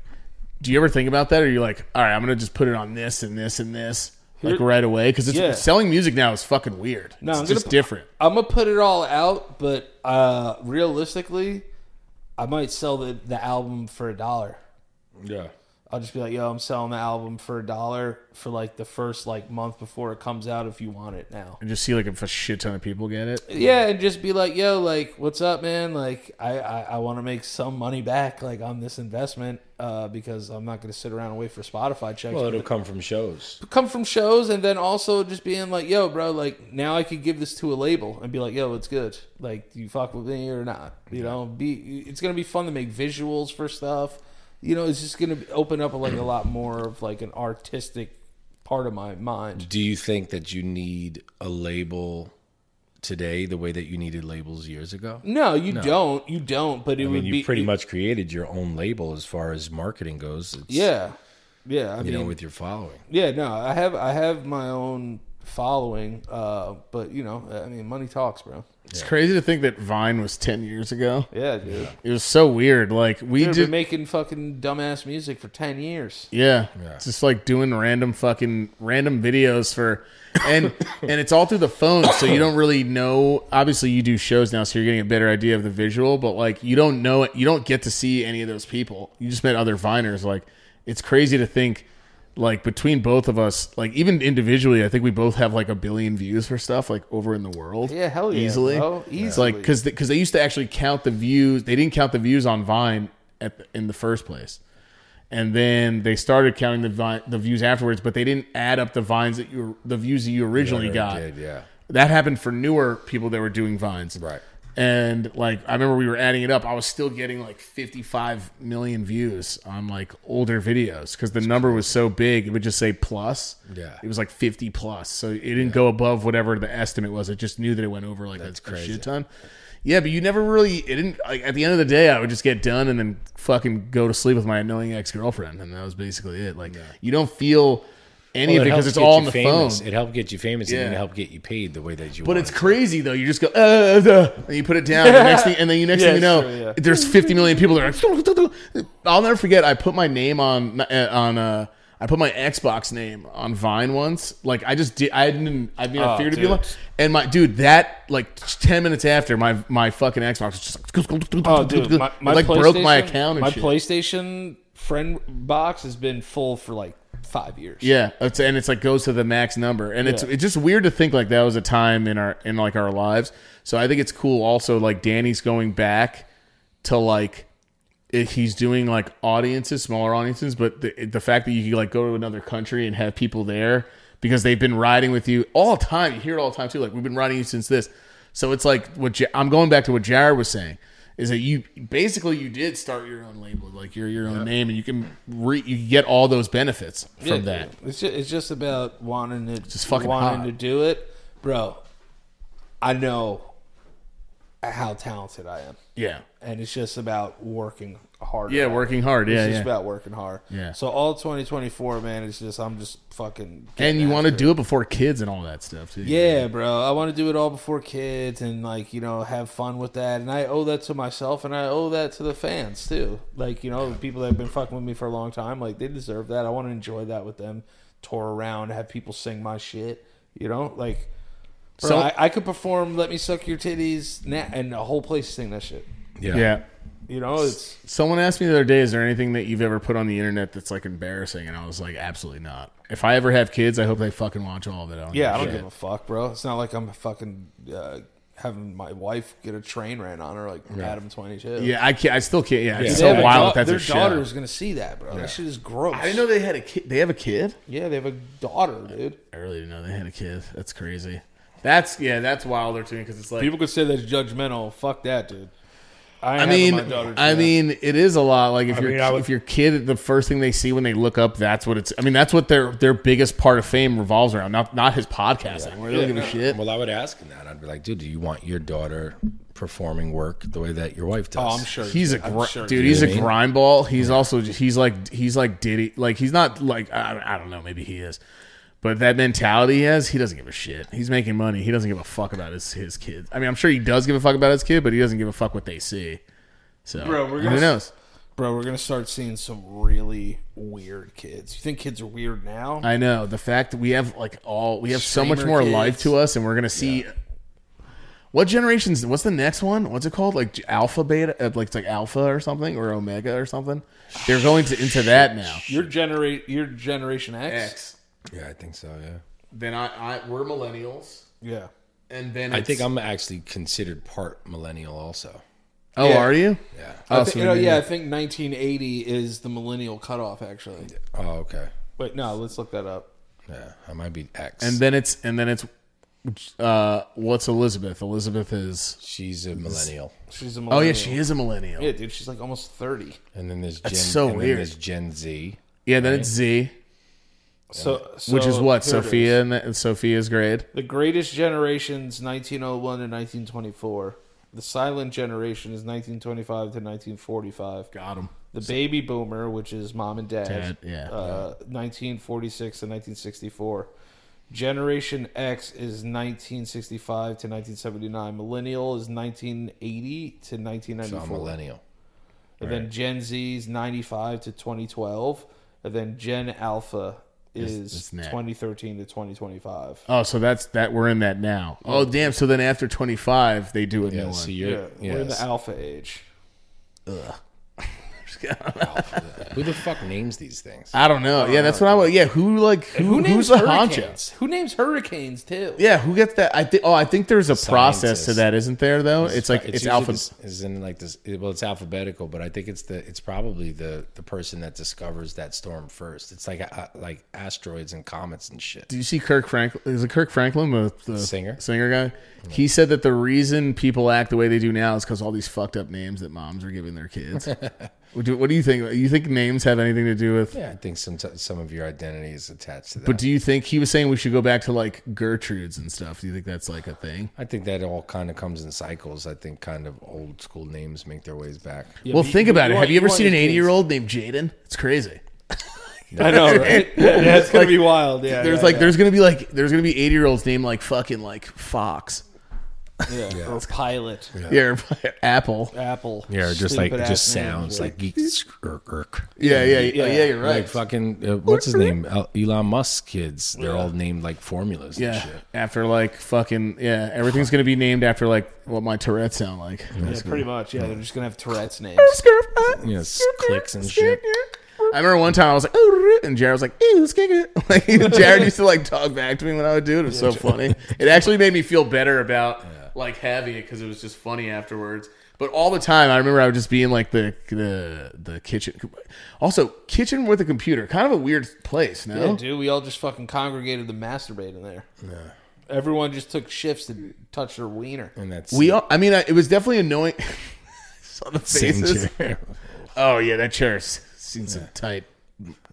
Speaker 2: do you ever think about that? Or you're like, all right, I'm gonna just put it on this and this and this like right away because it's
Speaker 3: Yeah.
Speaker 2: selling music now is fucking weird. No, it's
Speaker 3: I'm gonna
Speaker 2: just
Speaker 3: pu-
Speaker 2: different.
Speaker 3: I'm gonna put it all out, but uh realistically, I might sell the the album for a dollar.
Speaker 1: Yeah.
Speaker 3: I'll just be like, yo, I'm selling the album for a dollar for like the first like month before it comes out if you want it now.
Speaker 2: and just see like if a shit ton of people get it.
Speaker 3: Yeah, and just be like, yo, like, what's up, man? Like, I I, I want to make some money back, like, on this investment, uh, because I'm not gonna sit around and wait for Spotify checks.
Speaker 1: Well, it'll come from shows.
Speaker 3: come from shows, and then also just being like, yo, bro, like, now I could give this to a label and be like, yo, it's good. Like, do you fuck with me or not? You know, be it's gonna be fun to make visuals for stuff. You know, it's just gonna open up like a lot more of like an artistic part of my mind.
Speaker 1: Do you think that you need a label today the way that you needed labels years ago?
Speaker 3: No, you don't. You don't. But it
Speaker 1: I
Speaker 3: would
Speaker 1: mean, you
Speaker 3: be
Speaker 1: pretty much created your own label as far as marketing goes. It's,
Speaker 3: Yeah. Yeah, I
Speaker 1: you
Speaker 3: mean,
Speaker 1: know, with your following.
Speaker 3: Yeah, no, I have I have my own following, uh, but you know, I mean, money talks, bro.
Speaker 2: It's crazy to think that Vine was ten years ago.
Speaker 3: Yeah, dude.
Speaker 2: It was so weird. Like we
Speaker 3: We've
Speaker 2: did,
Speaker 3: been making fucking dumbass music for ten years.
Speaker 2: yeah,
Speaker 1: Yeah.
Speaker 2: just like doing random fucking random videos for, and and it's all through the phone, so you don't really know. Obviously, you do shows now, so you're getting a better idea of the visual, but like you don't know it. You don't get to see any of those people. You just met other Viners. Like it's crazy to think. Like between both of us, like even individually, I think we both have like a billion views for stuff like over in the world.
Speaker 3: Yeah, hell yeah,
Speaker 2: easily.
Speaker 3: bro.
Speaker 2: It's like
Speaker 3: Easily.
Speaker 2: because because they used to actually count the views. They didn't count the views on Vine at the, in the first place, and then they started counting the vine, the views afterwards. But they didn't add up the vines that you the views that you originally
Speaker 1: Or
Speaker 2: got.
Speaker 1: did, yeah.
Speaker 2: That happened for newer people that were doing vines,
Speaker 1: Right.
Speaker 2: And like I remember, we were adding it up. I was still getting like 55 million views on like older videos because the number was so big. It would just say plus.
Speaker 1: Yeah.
Speaker 2: it was like 50 plus, so it didn't go above whatever the estimate was. It just knew that it went over like a, a
Speaker 1: crazy.
Speaker 2: shit ton. Yeah, but you never really. It didn't. Like at the end of the day, I would just get done and then fucking go to sleep with my annoying ex girlfriend, and that was basically it. Like you don't feel any
Speaker 1: Well,
Speaker 2: of it
Speaker 1: helps
Speaker 2: because it's
Speaker 1: get
Speaker 2: all
Speaker 1: you
Speaker 2: on the
Speaker 1: famous.
Speaker 2: phone.
Speaker 1: It helped get you famous and then
Speaker 2: Yeah.
Speaker 1: it helped get you paid the way that you
Speaker 2: But
Speaker 1: want
Speaker 2: it's
Speaker 1: it.
Speaker 2: crazy though. You just go, uh, uh, and you put it down. And the next thing, and then you next
Speaker 3: Yeah,
Speaker 2: thing you know,
Speaker 3: sure, yeah.
Speaker 2: there's 50 million people that are. Like, I'll never forget. I put my name on uh, on. Uh, I put my Xbox name on Vine once. Like I just did. I didn't. I mean, I
Speaker 3: Oh,
Speaker 2: feared to be
Speaker 3: dude.
Speaker 2: alone. And my dude, that like 10 minutes after my my fucking Xbox was just like.
Speaker 3: Oh, dude, my, my
Speaker 2: It, like broke my
Speaker 3: PlayStation-
Speaker 2: account. And
Speaker 3: my
Speaker 2: shit.
Speaker 3: PlayStation friend box has been full for like five years.
Speaker 2: Yeah, it's, and it's like goes to the max number, and it's
Speaker 3: Yeah.
Speaker 2: it's just weird to think like that was a time in our in like our lives. So I think it's cool. Also, like Danny's going back to like if he's doing like audiences, smaller audiences, but the the fact that you could like go to another country and have people there because they've been riding with you all the time. You hear it all the time too. Like we've been riding you since this. So it's like what Ja- I'm going back to what Jared was saying is that you basically you did start your own label, like your your own name, and you can re, you can get all those benefits from
Speaker 3: Yeah,
Speaker 2: that.
Speaker 3: It's just, it's just about wanting to just
Speaker 2: fucking
Speaker 3: wanting
Speaker 2: hot.
Speaker 3: to do it, bro. I know how talented I am.
Speaker 2: Yeah.
Speaker 3: and it's just about working hard.
Speaker 2: Yeah, working hard. Yeah,
Speaker 3: It's just
Speaker 2: yeah.
Speaker 3: about working hard.
Speaker 2: Yeah.
Speaker 3: So all 2024, man, it's just I'm just fucking.
Speaker 2: and you want
Speaker 3: to?
Speaker 2: to do it before kids and all that stuff too.
Speaker 3: Yeah, bro. I want to do it all before kids and like you know have fun with that. And I owe that to myself, and I owe that to the fans too. Like you know, the people that have been fucking with me for a long time, like they deserve that. I want to enjoy that with them, tour around, have people sing my shit. You know, like. Bro,
Speaker 2: So-
Speaker 3: I, I could perform "Let Me Suck Your Titties" na- and the whole place sing that shit.
Speaker 1: Yeah.
Speaker 2: Yeah.
Speaker 3: You know, it's
Speaker 2: Someone asked me the other day, "Is there anything that you've ever put on the internet that's like embarrassing?" And I was like, "Absolutely not." If I ever have kids, I hope they fucking watch all of it.
Speaker 3: Yeah, I don't
Speaker 2: shit.
Speaker 3: give a fuck, bro. It's not like I'm fucking uh, having my wife get a train ran on her like Adam 22.
Speaker 2: Yeah, I can't. I still can't. Yeah,
Speaker 1: Yeah.
Speaker 2: it's
Speaker 3: They
Speaker 2: so
Speaker 3: have a
Speaker 2: wild.
Speaker 3: da-
Speaker 2: that
Speaker 3: their
Speaker 2: that's their a
Speaker 3: daughter
Speaker 2: daughter's.
Speaker 3: is gonna see that, bro. That shit is gross.
Speaker 2: they had a kid. They have a kid.
Speaker 3: Yeah, they have a daughter, dude.
Speaker 2: I really didn't know they had a kid. That's crazy. That's yeah. That's wilder to me because it's like
Speaker 3: People could say that's judgmental. Fuck that, dude. I,
Speaker 2: I
Speaker 3: ain't
Speaker 2: mean,
Speaker 3: having my daughter do
Speaker 2: I
Speaker 3: that.
Speaker 2: mean, it is a lot. Like if your
Speaker 1: mean, I would-
Speaker 2: if your kid, the first thing they see when they look up, that's what it's. I mean, that's what their their biggest part of fame revolves around. Not not his podcasting. Where they don't give a shit.
Speaker 1: Well, I would ask him that. I'd be like, dude, do you want your daughter performing work the way that your wife does?
Speaker 3: oh, I'm sure
Speaker 2: He's a
Speaker 3: I'm
Speaker 2: gr-
Speaker 3: sure
Speaker 2: dude.
Speaker 3: he-
Speaker 2: He's a
Speaker 1: You know what I mean?
Speaker 2: grind ball. He's also he's like he's like Diddy. Like he's not like I, I don't know. Maybe he is, but that mentality he has. He doesn't give a shit. He's making money. He doesn't give a fuck about his his kids. I mean, I'm sure he does give a fuck about his kid, but he doesn't give a fuck what they see. So
Speaker 3: Bro, we're
Speaker 2: who
Speaker 3: gonna-
Speaker 2: knows?
Speaker 3: bro. We're gonna start seeing some really weird kids. You think kids are weird now?
Speaker 2: I know the fact that we have like all we have so much
Speaker 3: Streamer
Speaker 2: more
Speaker 3: kids.
Speaker 2: life to us, and we're gonna see. What generations? What's the next one? What's it called? Like Alpha Beta? uh, Like it's like Alpha or something or Omega or something. They're going to into that now.
Speaker 3: Your generate your generation X.
Speaker 1: Yeah, I think so. Yeah.
Speaker 2: Then I, I we're millennials,
Speaker 3: Yeah.
Speaker 2: and then
Speaker 1: I think I'm actually considered part millennial also.
Speaker 2: Oh,
Speaker 3: Yeah.
Speaker 2: are you?
Speaker 1: Yeah.
Speaker 2: Oh,
Speaker 3: I think,
Speaker 2: so
Speaker 3: you know,
Speaker 2: maybe-
Speaker 3: yeah, I think 1980 is the millennial cutoff. Actually,
Speaker 1: Oh, okay.
Speaker 3: wait, no, let's look that up.
Speaker 1: Yeah, I might be X.
Speaker 2: And then it's and then it's uh what's Elizabeth? Elizabeth is
Speaker 1: she's a millennial.
Speaker 3: She's a
Speaker 2: Oh
Speaker 3: millennial.
Speaker 2: yeah, she is a millennial.
Speaker 3: Yeah, dude, she's like almost 30.
Speaker 1: And then there's Gen
Speaker 2: so
Speaker 1: and
Speaker 2: weird.
Speaker 1: Then there's Gen Z.
Speaker 2: Yeah, then it's Z,
Speaker 3: So, so
Speaker 2: which is what
Speaker 3: here it is.
Speaker 2: Sophia and and Sophia's grade.
Speaker 3: The greatest generations 1901 to 1924. The silent generation is 1925 to 1945.
Speaker 2: Got him.
Speaker 3: The baby boomer, which is mom and dad,
Speaker 2: Dad, yeah.
Speaker 3: uh, 1946 to 1964. Generation X is 1965 to 1979. Millennial is 1980 to
Speaker 1: So
Speaker 3: 1994.
Speaker 1: I'm millennial.
Speaker 3: and then Gen Z is 95 to 2012. And then Gen Alpha is
Speaker 2: it's next.
Speaker 3: 2013 to 2025.
Speaker 2: Oh, so that's that we're in that now. Oh damn, so then after 25 they do a new
Speaker 1: Yeah,
Speaker 2: one.
Speaker 1: so
Speaker 3: Yeah,
Speaker 1: you're
Speaker 3: we're in
Speaker 1: yes.
Speaker 3: the alpha age.
Speaker 1: Who the fuck names these things?
Speaker 2: I don't know. Yeah, that's what I want. Yeah, who like who, who's the honcho?
Speaker 3: hurricanes? Who names hurricanes too?
Speaker 2: Yeah, who gets that? I think. Oh, I think there's a process
Speaker 1: Scientists.
Speaker 2: to that, isn't there? Though it's, like it's,
Speaker 1: usually
Speaker 2: alpha.
Speaker 1: this- Is in like this. Well, it's alphabetical, but I think it's the. It's probably the the person that discovers that storm first. It's like uh, like asteroids and comets and shit.
Speaker 2: Do you see Kirk Franklin? Is it Kirk Franklin, the, the
Speaker 1: Singer?
Speaker 2: singer guy? He said that the reason people act the way they do now is because all these fucked up names that moms are giving their kids. what, do, what do you think? You think names have anything to do with?
Speaker 1: Yeah, I think some some of your identity is attached to that.
Speaker 2: But do you think he was saying we should go back to like Gertrude's and stuff? Do you think that's like a thing?
Speaker 1: I think that all kind of comes in cycles. I think kind of old school names make their ways back.
Speaker 2: well, think about
Speaker 3: you
Speaker 2: it.
Speaker 3: want-
Speaker 2: have you
Speaker 3: you
Speaker 2: ever
Speaker 3: want
Speaker 2: seen an
Speaker 3: your kids-
Speaker 2: eighty-year-old named Jaden? It's crazy.
Speaker 3: I know, right? yeah, it's gonna be wild. Yeah,
Speaker 2: There's
Speaker 3: yeah,
Speaker 2: like
Speaker 3: yeah.
Speaker 2: there's gonna be like there's gonna be eighty-year-olds named like fucking like Fox,
Speaker 3: yeah. or pilot,
Speaker 2: yeah, or Apple.
Speaker 3: Apple.
Speaker 1: Yeah, or just like
Speaker 3: Stupid
Speaker 1: it
Speaker 3: ass
Speaker 1: just
Speaker 3: names,
Speaker 1: sounds
Speaker 3: right?
Speaker 1: like geeks irk irk.
Speaker 2: Yeah, yeah, yeah.
Speaker 3: Yeah.
Speaker 2: yeah you're right.
Speaker 1: Like fucking uh, what's his name? El- Elon Musk kids. They're all named like formulas and
Speaker 2: Yeah.
Speaker 1: shit.
Speaker 2: After like fucking yeah, everything's gonna be named after like what my Tourette's sound like.
Speaker 3: yeah, pretty much. Yeah, they're just gonna have Tourette's names. uh,
Speaker 1: Yes, clicks and shit.
Speaker 2: I remember one time I was like, oh, and Jared was like, ew, skink Like Jared used to like talk back to me when I would do it. It was so funny. It actually made me feel better about like having it because it was just funny afterwards. But all the time, I remember I would just be in like the the the kitchen. Also, kitchen with a computer, kind of a weird place. No,
Speaker 3: Yeah, dude, we all just fucking congregated to masturbate in there. Yeah. Everyone just took shifts to touch their wiener.
Speaker 1: And that's
Speaker 2: we all. I mean, I, it was definitely annoying. Saw the
Speaker 1: same
Speaker 2: faces.
Speaker 1: chair.
Speaker 2: Oh yeah, that chair's seen some tight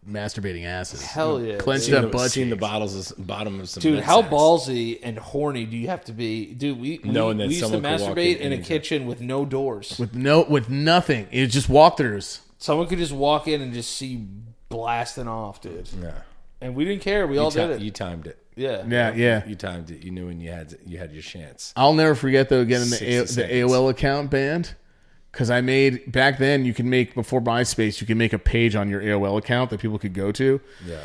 Speaker 2: masturbating asses.
Speaker 3: Hell yeah,
Speaker 2: Clenched
Speaker 3: dude.
Speaker 2: up butt
Speaker 1: Seen the
Speaker 2: cheeks.
Speaker 1: bottles of, s- bottom of some
Speaker 3: Dude,
Speaker 1: Men's
Speaker 3: how
Speaker 1: sacks.
Speaker 3: ballsy and horny do you have to be, dude? We we,
Speaker 1: Knowing that
Speaker 3: we used to
Speaker 1: someone could walk
Speaker 3: masturbate
Speaker 1: in
Speaker 3: in a
Speaker 1: anytime.
Speaker 3: kitchen with no doors.
Speaker 2: with no with nothing. It was just walkthroughs.
Speaker 3: Someone could just walk in and just see you blasting off, dude.
Speaker 1: Yeah.
Speaker 3: And we didn't care. We all
Speaker 1: You,
Speaker 3: did
Speaker 1: ti-
Speaker 3: it.
Speaker 1: you timed it.
Speaker 3: yeah.
Speaker 2: Yeah, yeah.
Speaker 1: You timed it. You knew when you had to, you had your chance.
Speaker 2: I'll never forget though getting the
Speaker 1: 60
Speaker 2: A- the
Speaker 1: seconds.
Speaker 2: AOL account banned because I made back then. You can make before MySpace. You can make a page on your AOL account that people could go to.
Speaker 1: Yeah.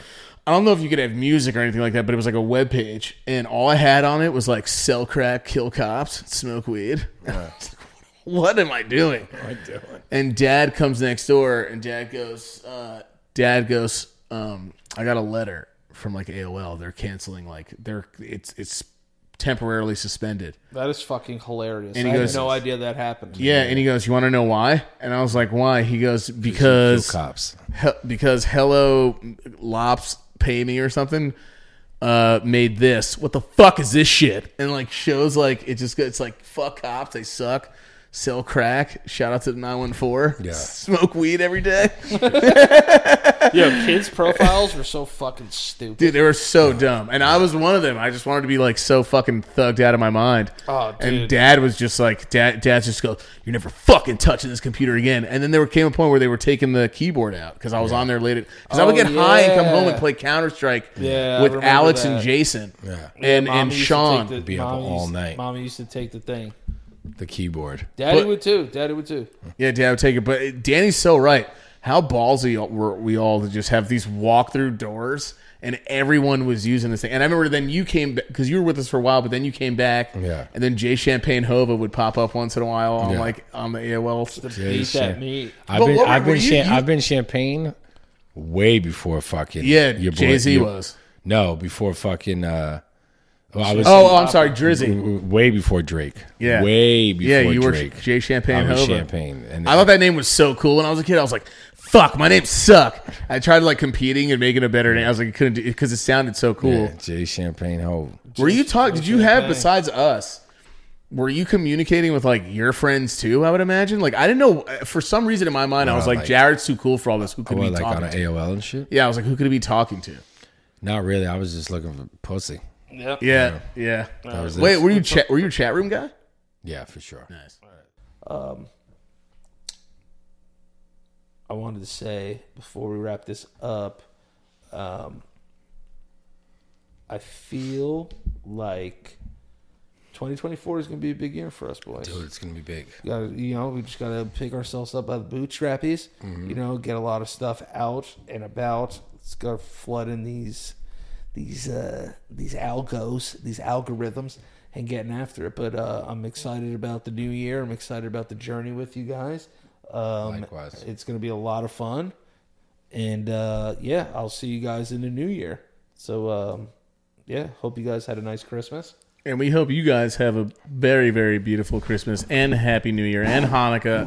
Speaker 2: I don't know if you could have music or anything like that, but it was like a web page, and all I had on it was like sell crack, kill cops, smoke weed. what am I doing?
Speaker 1: I do it.
Speaker 2: and dad comes next door and dad goes uh, dad goes um, i got a letter from like aol they're canceling like they're it's it's temporarily suspended
Speaker 3: That is fucking hilarious.
Speaker 2: he
Speaker 3: I
Speaker 2: goes-
Speaker 3: had no idea that happened.
Speaker 2: yeah and he goes you want to know why and i was like why he goes because
Speaker 1: cops.
Speaker 2: he- because hello lops pay me or something uh made this what the fuck is this shit and like shows like it just it's like fuck cops they suck sell crack shout out to the 914
Speaker 1: Yeah.
Speaker 2: smoke weed every day
Speaker 3: Yo, kids' profiles were so fucking stupid.
Speaker 2: Dude, they were so dumb. And I was one of them. I just wanted to be like so fucking thugged out of my mind.
Speaker 3: Oh, dude.
Speaker 2: And dad was just like, dad, dad just goes, you're never fucking touching this computer again. And then there came a point where they were taking the keyboard out because I was on there later. Because I would
Speaker 3: Oh,
Speaker 2: get high and come home and
Speaker 3: yeah.
Speaker 2: play Counter Strike
Speaker 3: Yeah, I
Speaker 2: with
Speaker 3: remember
Speaker 2: Alex
Speaker 3: that.
Speaker 2: and Jason
Speaker 1: Yeah.
Speaker 2: and,
Speaker 3: Mom
Speaker 2: and
Speaker 3: used to
Speaker 2: Sean.
Speaker 3: take the-
Speaker 1: Be up
Speaker 3: Mom
Speaker 1: all
Speaker 3: used-
Speaker 1: night.
Speaker 3: Mom used to take the thing.
Speaker 1: The keyboard.
Speaker 3: Daddy
Speaker 2: But-
Speaker 3: would too. Daddy would too.
Speaker 2: Yeah, Dad would take it. But Danny's so right. How ballsy were we all to just have these walk through doors and everyone was using this thing. And I remember then you came because you were with us for a while, but then you came back.
Speaker 1: Yeah.
Speaker 2: And then Jay Champagne Hova would pop up once in a while on
Speaker 1: Yeah.
Speaker 2: like on the AOL.
Speaker 3: to beat
Speaker 1: shit.
Speaker 3: that meat.
Speaker 1: I've
Speaker 2: But
Speaker 1: been,
Speaker 2: what were-
Speaker 1: I've
Speaker 2: were
Speaker 1: been,
Speaker 2: you-
Speaker 1: cha-
Speaker 2: you-
Speaker 1: I've been champagne way before fucking
Speaker 2: Yeah,
Speaker 1: your boy-
Speaker 2: Jay Z
Speaker 1: your-
Speaker 2: was.
Speaker 1: no before fucking. uh well, I was
Speaker 2: Oh, oh, I'm sorry, Drizzy.
Speaker 1: way before Drake.
Speaker 2: Yeah.
Speaker 1: way before
Speaker 2: Yeah, you were
Speaker 1: Drake.
Speaker 2: Jay Champagne
Speaker 1: I was
Speaker 2: Hova.
Speaker 1: champagne, and
Speaker 2: I thought that name was so cool when I was a kid. I was like, "Fuck, my name suck." I tried like competing and making a better name. I was like, I couldn't do because it sounded so cool.
Speaker 1: Yeah, Jay Champagne Hova.
Speaker 2: Were you talking? Did you have besides us? Were you communicating with like your friends too? I would imagine. Like I didn't know uh, for some reason in my mind I was like,
Speaker 1: like-
Speaker 2: Jared's too cool for all this. Who could
Speaker 1: What,
Speaker 2: be
Speaker 1: like on
Speaker 2: talking? to?
Speaker 1: AOL and shit?
Speaker 2: Yeah, I was like, who could he be talking to?
Speaker 1: Not really. I was just looking for pussy.
Speaker 3: Yep.
Speaker 2: Yeah, yeah.
Speaker 1: That was it.
Speaker 2: Wait, were you chat? Were you a chat room guy?
Speaker 1: Yeah, for sure.
Speaker 2: Nice.
Speaker 3: I wanted to say before we wrap this up, um, I feel like 2024 is going to be a big year for us boys.
Speaker 1: Dude, it's gonna be big.
Speaker 3: Gotta, you know, we just got to pick ourselves up by the bootstrappies. You know, get a lot of stuff out and about. It's got to flood in these, these, uh, these algos, these algorithms, and getting after it. But uh, I'm excited about the new year. I'm excited about the journey with you guys. Um,
Speaker 1: Likewise.
Speaker 3: it's going to be a lot of fun. And uh, yeah, I'll see you guys in the new year. So um, yeah, hope you guys had a nice Christmas.
Speaker 2: And we hope you guys have a very, very beautiful Christmas and Happy New Year and Hanukkah.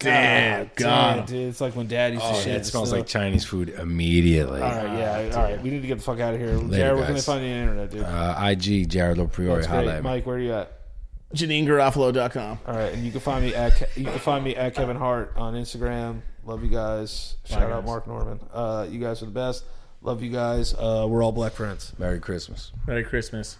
Speaker 2: Damn,
Speaker 3: Damn,
Speaker 2: God.
Speaker 3: dude, it's like when Dad used to
Speaker 1: Uh, Oh,
Speaker 3: shit.
Speaker 1: yeah, it smells
Speaker 3: so-
Speaker 1: like Chinese food immediately.
Speaker 3: All right, yeah, all right. We need to get the fuck out of here. Jared, where can they
Speaker 1: guys.
Speaker 3: find you on the internet, dude?
Speaker 1: Uh, IG Jared Lopriori,
Speaker 3: That's
Speaker 1: holla
Speaker 3: great.
Speaker 1: at me.
Speaker 3: Mike, where are you at?
Speaker 2: JanineGarofalo.com.
Speaker 3: All right, and you can find me at Ke- you can find me at Kevin Hart on Instagram. Love you guys. Shout out
Speaker 2: guys.
Speaker 3: Mark Norman. Uh, you guys are the best. Love you guys. Uh, we're all black friends.
Speaker 1: Merry Christmas.
Speaker 2: Merry Christmas.